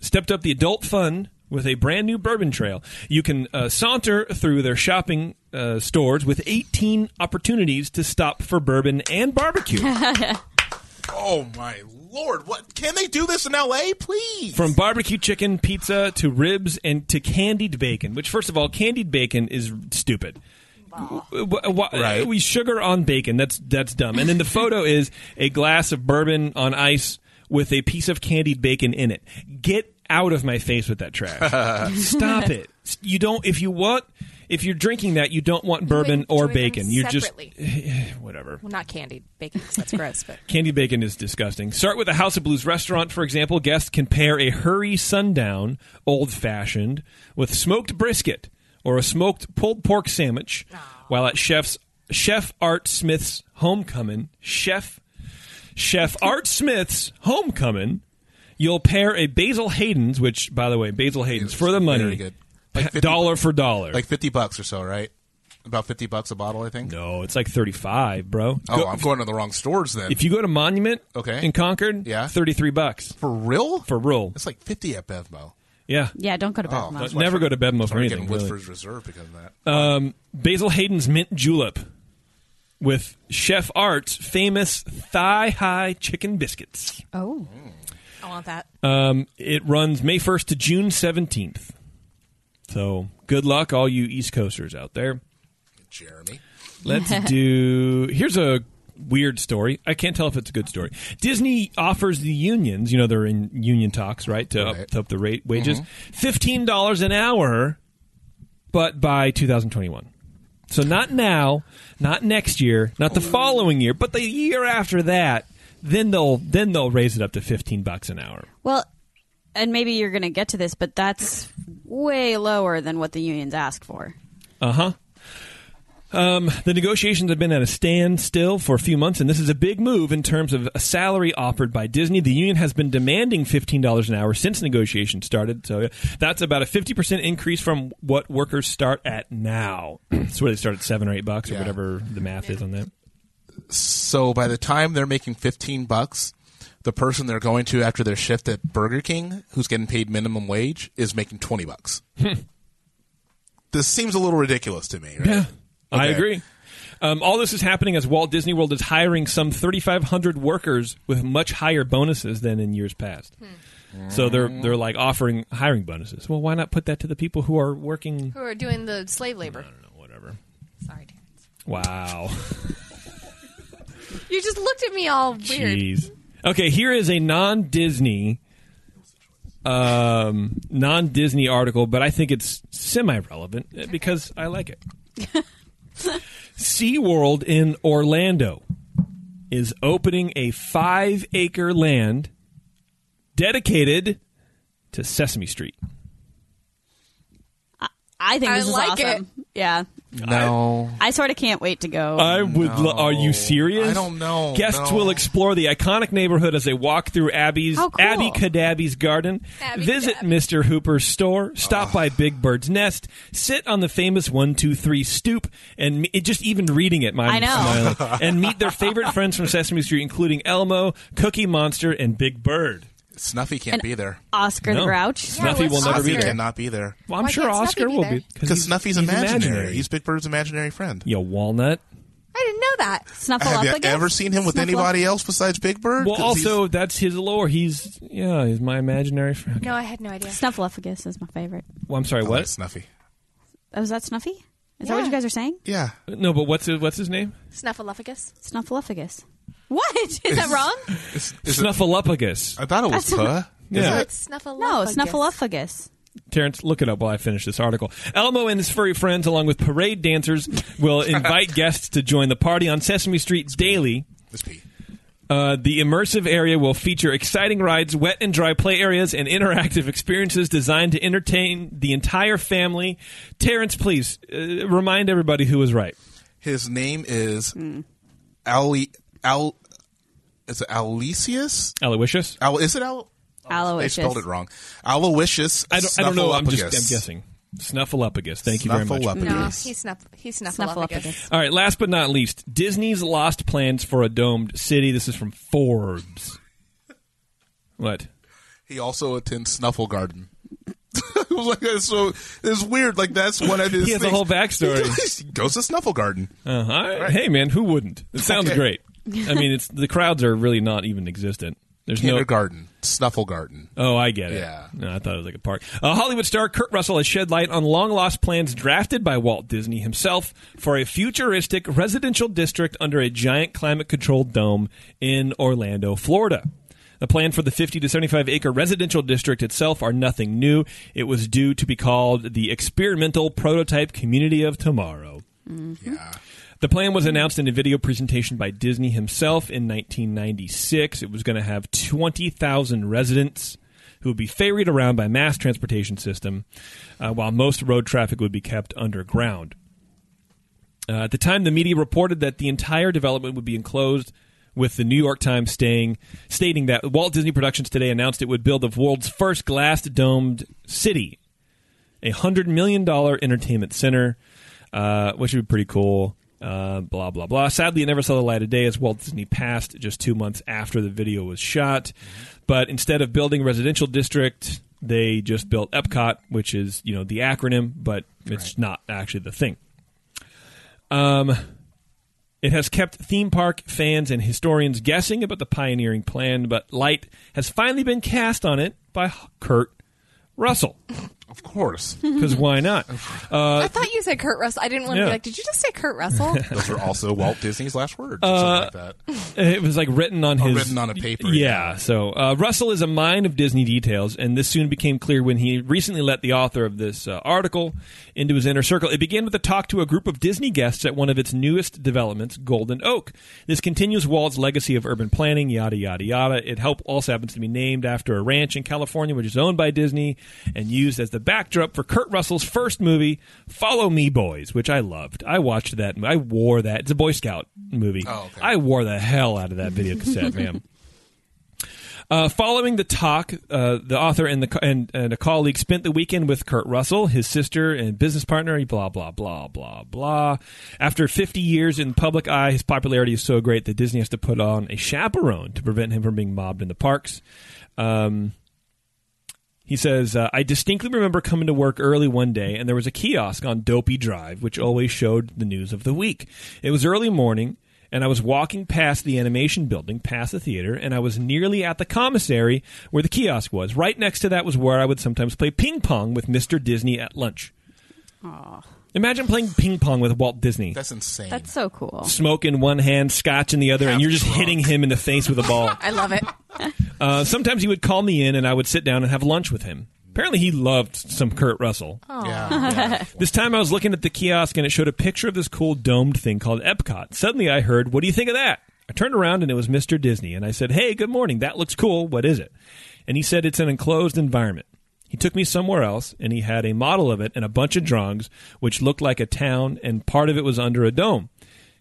S2: stepped up the adult fun with a brand new bourbon trail. You can uh, saunter through their shopping uh, stores with 18 opportunities to stop for bourbon and barbecue.
S3: Oh my lord! What can they do this in L.A. Please.
S2: From barbecue chicken, pizza to ribs and to candied bacon, which first of all, candied bacon is stupid. W- w-
S3: Right.
S2: We sugar on bacon. That's that's dumb. And then the photo is a glass of bourbon on ice with a piece of candied bacon in it. Get out of my face with that trash. Stop it. You don't. If you want, if you're drinking that, you don't want bourbon or
S4: enjoy them
S2: bacon. You're just
S4: separately.
S2: whatever.
S4: Well, not candied bacon. 'cause That's gross. But
S2: Candy bacon is disgusting. Start with a House of Blues restaurant, for example. Guests can pair a hurry sundown, old fashioned, with smoked brisket or a smoked pulled pork sandwich, while at chef's Chef Art Smith's homecoming, Chef Chef Art Smith's homecoming, you'll pair a Basil Hayden's, which by the way, Basil Hayden's for the money,
S3: Very good. Like 50
S2: dollar for dollar.
S3: like fifty bucks or so, right? About fifty bucks a bottle, I think.
S2: no, it's like thirty-five, bro.
S3: Oh,
S2: Go-
S3: I'm going to the wrong stores then.
S2: if you go to Monument,
S3: Okay.
S2: in Concord,
S3: Yeah.
S2: thirty-three bucks
S3: for real,
S2: for roll.
S3: it's like fifty at Bevmo.
S2: Yeah.
S5: Yeah, don't go to
S3: Oh,
S5: Bethlehem.
S3: that's why
S2: Never go to Bedmo for
S3: Started getting
S2: anything. really. Uh,
S3: Woodford's Reserve because of that.
S2: Basil Hayden's mint julep with Chef Art's famous thigh high chicken biscuits.
S5: oh.
S4: I want that.
S2: Um, it runs May 1st to June 17th. So good luck, all you East Coasters out there.
S3: Jeremy,
S2: Let's do. Here's a weird story. I can't tell if it's a good story. Disney offers the unions, you know, they're in union talks, right, to, Up,
S3: Right.
S2: to up the rate wages, fifteen dollars an hour, but by 2021. So not now, not next year, not the following year, but the year after that. Then they'll then they'll raise it up to fifteen bucks an hour.
S5: Well, and maybe you're going to get to this, but that's way lower than what the unions asked for.
S2: Uh huh. Um, the negotiations have been at a standstill for a few months, and this is a big move in terms of a salary offered by Disney. The union has been demanding $15 an hour since negotiations started, so yeah, that's about a 50% increase from what workers start at now. so where they start at seven or eight bucks or
S3: Yeah.
S2: whatever the math is on that.
S3: So by the time they're making 15 bucks, the person they're going to after their shift at Burger King, who's getting paid minimum wage, is making 20 bucks.
S2: Hmm.
S3: this seems a little ridiculous to me, right?
S2: Yeah, I
S3: Okay.
S2: agree. Um, all this is happening as Walt Disney World is hiring some 3,500 workers with much higher bonuses than in years past. So they're they're like offering hiring bonuses. Well, why not put that to the people who are working?
S4: Who are doing the slave labor?
S2: Whatever.
S4: Sorry, Terrence.
S2: Wow.
S4: You just looked at me all weird.
S2: Jeez. Okay, here is a non-Disney, um, non-Disney article, but I think it's semi-relevant uh, because I like it. SeaWorld in Orlando is opening a five-acre land dedicated to Sesame Street.
S5: I think
S4: I
S5: this
S4: like
S5: is awesome. Yeah.
S3: No.
S5: I sort of can't wait to go.
S2: I would. lo- are you serious?
S3: I don't know,
S2: Guests
S3: no.
S2: will explore the iconic neighborhood as they walk through Abby's
S5: How cool.
S2: Abby Kadabi's garden,
S4: Abby
S2: visit Mr. Hooper's store, stop by Big Bird's nest, sit on the famous one two three stoop, and me- it, just even reading it, my
S5: I know.
S2: smiling, and meet their favorite friends from Sesame Street, including Elmo, Cookie Monster, and Big Bird.
S3: Snuffy can't
S5: And-
S3: be there.
S5: Oscar the
S2: No.
S5: Grouch.
S2: Snuffy
S4: Yeah,
S2: will
S4: let's
S2: never be
S3: Snuffy
S4: Oscar.
S2: there.
S3: cannot be there.
S2: Well, I'm
S4: Why
S2: sure
S4: can't Snuffy
S2: Oscar
S4: be
S2: will
S4: there?
S2: be
S3: Because
S2: he's-
S3: Snuffy's
S2: he's
S3: imaginary. He's Big Bird's imaginary friend.
S2: You walnut.
S4: I didn't know that.
S5: Snuffle
S3: Have
S5: up
S3: you
S5: again.
S3: ever seen him with
S5: Snuffle
S3: anybody else besides Big Bird?
S2: Well,
S3: 'Cause he's-
S2: also that's his lore. He's yeah, he's my imaginary friend.
S4: No, I had no idea.
S5: Snuffleupagus is my favorite.
S2: Well, I'm sorry.
S3: I like
S2: What?
S3: Snuffy.
S5: Oh, is that Snuffy? Is that what
S4: Yeah.
S5: you guys are saying?
S3: Yeah.
S2: No, but what's his, what's his name?
S4: Snuffleupagus.
S5: Snuffleupagus. What? Is that wrong?
S3: Is, is it-
S2: Snuffleupagus.
S3: I thought it was puh.
S2: Yeah.
S4: Oh, it's Snuffleupagus.
S5: No, Snuffleupagus.
S2: Terrence, look it up while I finish this article. Elmo and his furry friends, along with parade dancers, will invite guests to join the party on Sesame Street daily.
S3: It's pee.
S2: Uh, the immersive area will feature exciting rides, wet and dry play areas, and interactive experiences designed to entertain the entire family. Terrence, please uh, remind everybody who was right.
S3: His name is
S5: Hmm.
S3: Ali Al. Is it Aloysius?
S2: Aloysius?
S3: Al, is it Al? They
S5: Aloysius.
S3: spelled it wrong. Aloysius.
S2: I don't, I don't know. I'm just
S3: Snuffleupagus.
S2: I'm guessing. Snuffleupagus. Thank you very much.
S3: Snuffleupagus.
S4: No, he's snuff. He's Snuffleupagus.
S5: Snuffleupagus.
S2: All right, last but not least, Disney's lost plans for a domed city. This is from Forbes. What?
S3: He also attends Snuffle Garden. It was like, that's so it's weird. Like that's one of his.
S2: He has a
S3: things.
S2: whole backstory.
S3: he goes to Snuffle Garden.
S2: Uh, I, Hey, man, who wouldn't? It sounds
S3: Okay.
S2: great. I mean, it's the crowds are really not even existent. There's no.
S3: Kindergarten, Snuffle Garden.
S2: Oh, I get it.
S3: Yeah.
S2: No, I thought it was like a park. Uh, Hollywood star Kurt Russell has shed light on long lost plans drafted by Walt Disney himself for a futuristic residential district under a giant climate controlled dome in Orlando, Florida. The plan for the 50 to 75 acre residential district itself are nothing new. It was due to be called the Experimental Prototype Community of Tomorrow.
S3: Yeah.
S2: The plan was announced in a video presentation by Disney himself in 1996. It was going to have 20,000 residents who would be ferried around by mass transportation system, uh, while most road traffic would be kept underground. Uh, at the time, the media reported that the entire development would be enclosed. With the New York Times staying, stating that Walt Disney Productions today announced it would build the world's first glass domed city a hundred million dollar entertainment center, uh, which would be pretty cool. Uh, blah blah blah. Sadly, it never saw the light of day as Walt Disney passed just two months after the video was shot. But instead of building a residential district, they just built EPCOT, which is you know the acronym, but it's not actually the thing. Um, It has kept theme park fans and historians guessing about the pioneering plan, but light has finally been cast on it by Kurt Russell.
S3: Of course,
S2: Because why not?
S4: I thought you said Kurt Russell. I didn't want
S2: Uh, Yeah.
S4: to be like, did you just say Kurt Russell?
S2: Uh,
S3: those are also Walt Disney's last words. or something like that.
S2: It was like written on
S3: Or
S2: his
S3: written on a paper,
S2: Yeah. So uh, Russell is a mine of Disney details, and this soon became clear when he recently let the author of this uh, article into his inner circle. It began with a talk to a group of Disney guests at one of its newest developments, Golden Oak. This continues Walt's legacy of urban planning, yada yada yada. It help also happens to be named after a ranch in California, which is owned by Disney and used as the backdrop for Kurt Russell's first movie, Follow Me, Boys, which I loved. I watched that. I wore that. It's a Boy Scout movie.
S3: Oh, okay.
S2: I wore the hell out of that video cassette, man. Uh, following the talk, uh, the author and, the, co- and and a colleague spent the weekend with Kurt Russell, his sister and business partner. Blah blah blah blah blah. After 50 years in the public eye, his popularity is so great that Disney has to put on a chaperone to prevent him from being mobbed in the parks. Um, he says, uh, I distinctly remember coming to work early one day, and there was a kiosk on Dopey Drive, which always showed the news of the week. It was early morning, and I was walking past the animation building, past the theater, and I was nearly at the commissary where the kiosk was. Right next to that was where I would sometimes play ping pong with Mr. Disney at lunch. Imagine playing ping pong with Walt Disney.
S3: That's insane.
S5: That's so cool.
S2: Smoke in one hand, scotch in the other, and
S3: Half
S2: you're just
S3: drunk.
S2: hitting him in the face with a ball.
S4: I love it.
S2: Uh, sometimes he would call me in, and I would sit down and have lunch with him. Apparently, he loved some Kurt Russell.
S3: Oh. yeah, yeah.
S2: This time I was looking at the kiosk and it showed a picture of this cool domed thing called Epcot. Suddenly I heard, What do you think of that? I turned around and it was Mr. Disney. And I said, Hey, good morning. That looks cool. What is it? And he said, It's an enclosed environment. He took me somewhere else and he had a model of it and a bunch of drawings which looked like a town and part of it was under a dome.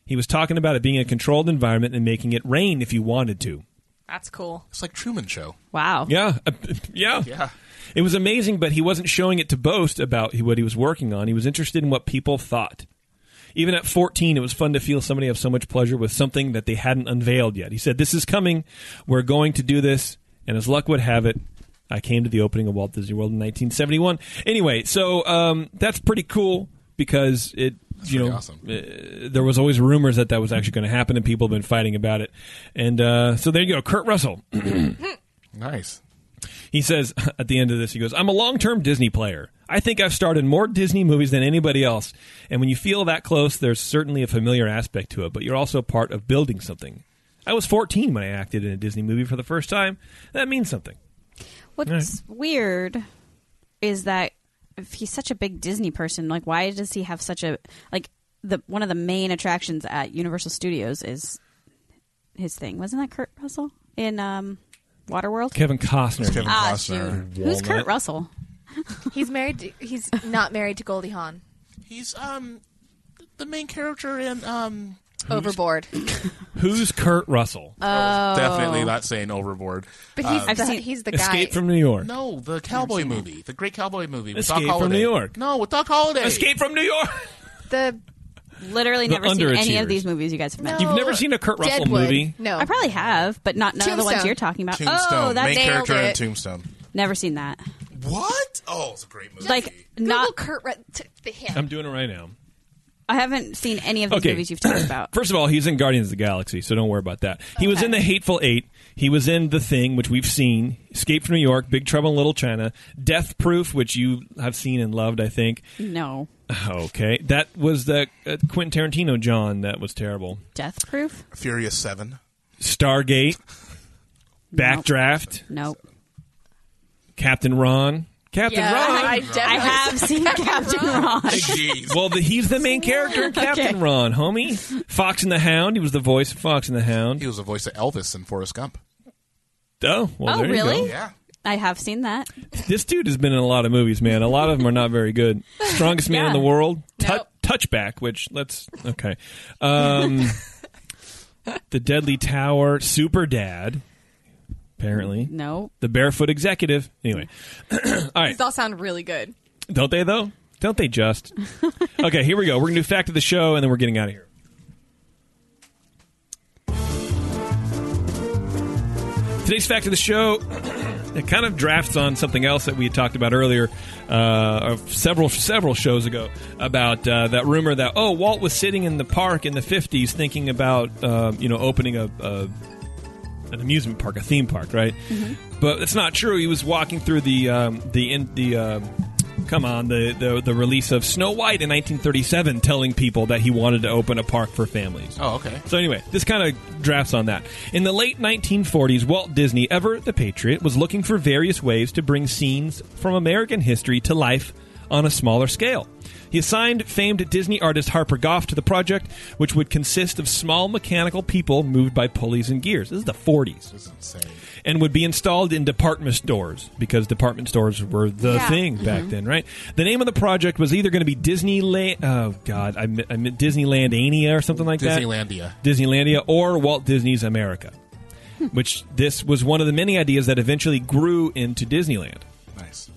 S2: He was talking about it being a controlled environment and making it rain if you wanted to.
S4: That's cool.
S3: It's like Truman Show.
S5: Wow.
S2: Yeah. Uh, yeah.
S3: Yeah.
S2: It was amazing, but he wasn't showing it to boast about he- what he was working on. He was interested in what people thought. Even at 14, it was fun to feel somebody have so much pleasure with something that they hadn't unveiled yet. He said, This is coming. We're going to do this. And as luck would have it, I came to the opening of Walt Disney World in 1971. Anyway, so um, that's pretty cool because it, you know,
S3: pretty awesome.
S2: uh, there was always rumors that that was actually going to happen and people have been fighting about it. And uh, so there you go. Kurt Russell.
S3: Nice.
S2: He says at the end of this, he goes, I'm a long term Disney player. I think I've starred in more Disney movies than anybody else. And when you feel that close, there's certainly a familiar aspect to it, but you're also part of building something. I was 14 when I acted in a Disney movie for the first time. That means something.
S5: What's weird is that if he's such a big Disney person, like why does he have such a like the one of the main attractions at Universal Studios is his thing. Wasn't that Kurt Russell in um Waterworld?
S2: Kevin Costner.
S3: Kevin
S5: Ah,
S3: Costner.
S5: shoot. Who's Kurt Russell?
S4: He's married. To, he's not married to Goldie Hawn.
S3: He's um the main character in um
S4: Overboard.
S2: Who's Kurt Russell?
S3: Uh,
S5: Oh.
S3: definitely not saying overboard.
S4: But he's
S5: I've
S4: the,
S5: seen-
S4: he's the guy.
S2: Uh, Escape from New York.
S3: No, the cowboy movie, the great cowboy movie. With
S2: Escape
S3: Doc
S2: from
S3: Holliday.
S2: New York.
S3: No, with Doc Holiday.
S2: Escape from New York.
S4: the
S5: Literally
S2: The
S5: never seen any
S2: underachievers.
S5: of these movies you guys have mentioned.
S2: You've never seen a Kurt Russell
S4: Deadwood.
S2: movie?
S4: No,
S5: I probably have, but not none of the ones
S4: Tombstone.
S5: you're talking about.
S3: Tombstone.
S5: Oh, that
S3: main
S5: nailed
S3: character
S5: it.
S3: in Tombstone.
S5: Never seen that.
S3: What? Oh, it's a great movie.
S5: Like
S4: Google
S5: not.
S4: Kurt Ru- t- the him.
S2: I'm doing it right now.
S5: I haven't seen any of these
S2: Okay.
S5: movies you've talked about.
S2: First of all, he's in Guardians of the Galaxy, so don't worry about that. He was in The Hateful Eight. He was in The Thing, which we've seen, Escape from New York, Big Trouble in Little China, Death Proof, which you have seen and loved, I think.
S5: no.
S2: Okay. That was the uh, Quentin Tarantino John that was terrible.
S5: Death Proof?
S3: Furious Seven.
S2: Stargate, Backdraft,
S5: Nope.
S2: Captain Ron. Captain
S4: yeah,
S2: Ron!
S4: I, definitely
S5: I have seen Captain Ron.
S3: Jeez.
S2: Well, the, he's the main character in Captain
S5: Okay.
S2: Ron, homie. Fox and the Hound. He was the voice of Fox and the Hound.
S3: he was the voice of Elvis in Forrest Gump.
S2: Oh, well,
S5: Oh,
S2: there you go.
S5: really?
S3: Yeah.
S5: I have seen that.
S2: This dude has been in a lot of movies, man. A lot of them are not very good. Strongest Man in
S5: Yeah.
S2: the World, tu-
S4: Nope.
S2: Touchback, which let's okay. Um, the Deadly Tower, Super Dad, apparently.
S5: No.
S2: The Barefoot Executive. Anyway,
S4: These all sound really good.
S2: don't they though? Don't they just? Okay, here we go. We're gonna do fact of the show, and then we're getting out of here. Today's fact of the show it kind of drafts on something else that we had talked about earlier, uh, of several several shows ago about uh, that rumor that oh Walt was sitting in the park in the fifties thinking about um, you know opening a, a an amusement park, a theme park, right? But that's not true. He was walking through the um, the in, the um Come on, the, the the release of Snow White in 1937, telling people that he wanted to open a park for families.
S3: Oh, okay.
S2: So anyway, this kind of drafts on that. In the late 1940s, Walt Disney, ever the patriot, was looking for various ways to bring scenes from American history to life on a smaller scale. He assigned famed Disney artist Harper Goff to the project, which would consist of small mechanical people moved by pulleys and gears. This is the 40s
S3: That's insane.
S2: and would be installed in department stores because department stores were the
S4: Yeah.
S2: thing back then, right? The name of the project was either going to be Disneyland. Oh God, I, mi- I meant Disneylandania or something like
S3: Disneylandia.
S2: that. Disneylandia or Walt Disney's America, which this was one of the many ideas that eventually grew into Disneyland.
S3: Nice.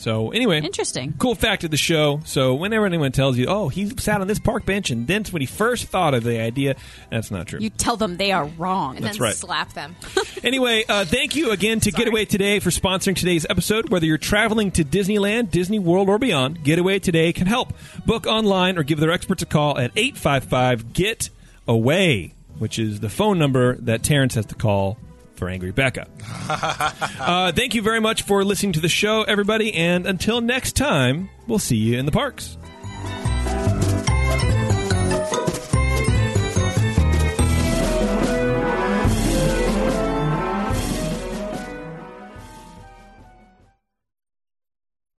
S2: So anyway,
S5: Interesting.
S2: Cool fact of the show. So whenever anyone tells you, "Oh, he sat on this park bench," and then when he first thought of the idea, that's not true.
S5: You tell them they are wrong.
S4: and then
S2: right.
S4: slap them.
S2: Anyway, uh, thank you again to Getaway Today for sponsoring today's episode. Whether you're traveling to Disneyland, Disney World, or beyond, Getaway Today can help. Book online or give their experts a call at 855 Get Away, which is the phone number that Terrence has to call for Angry Becca. uh, thank you very much for listening to the show, everybody, and until next time, we'll see you in the parks.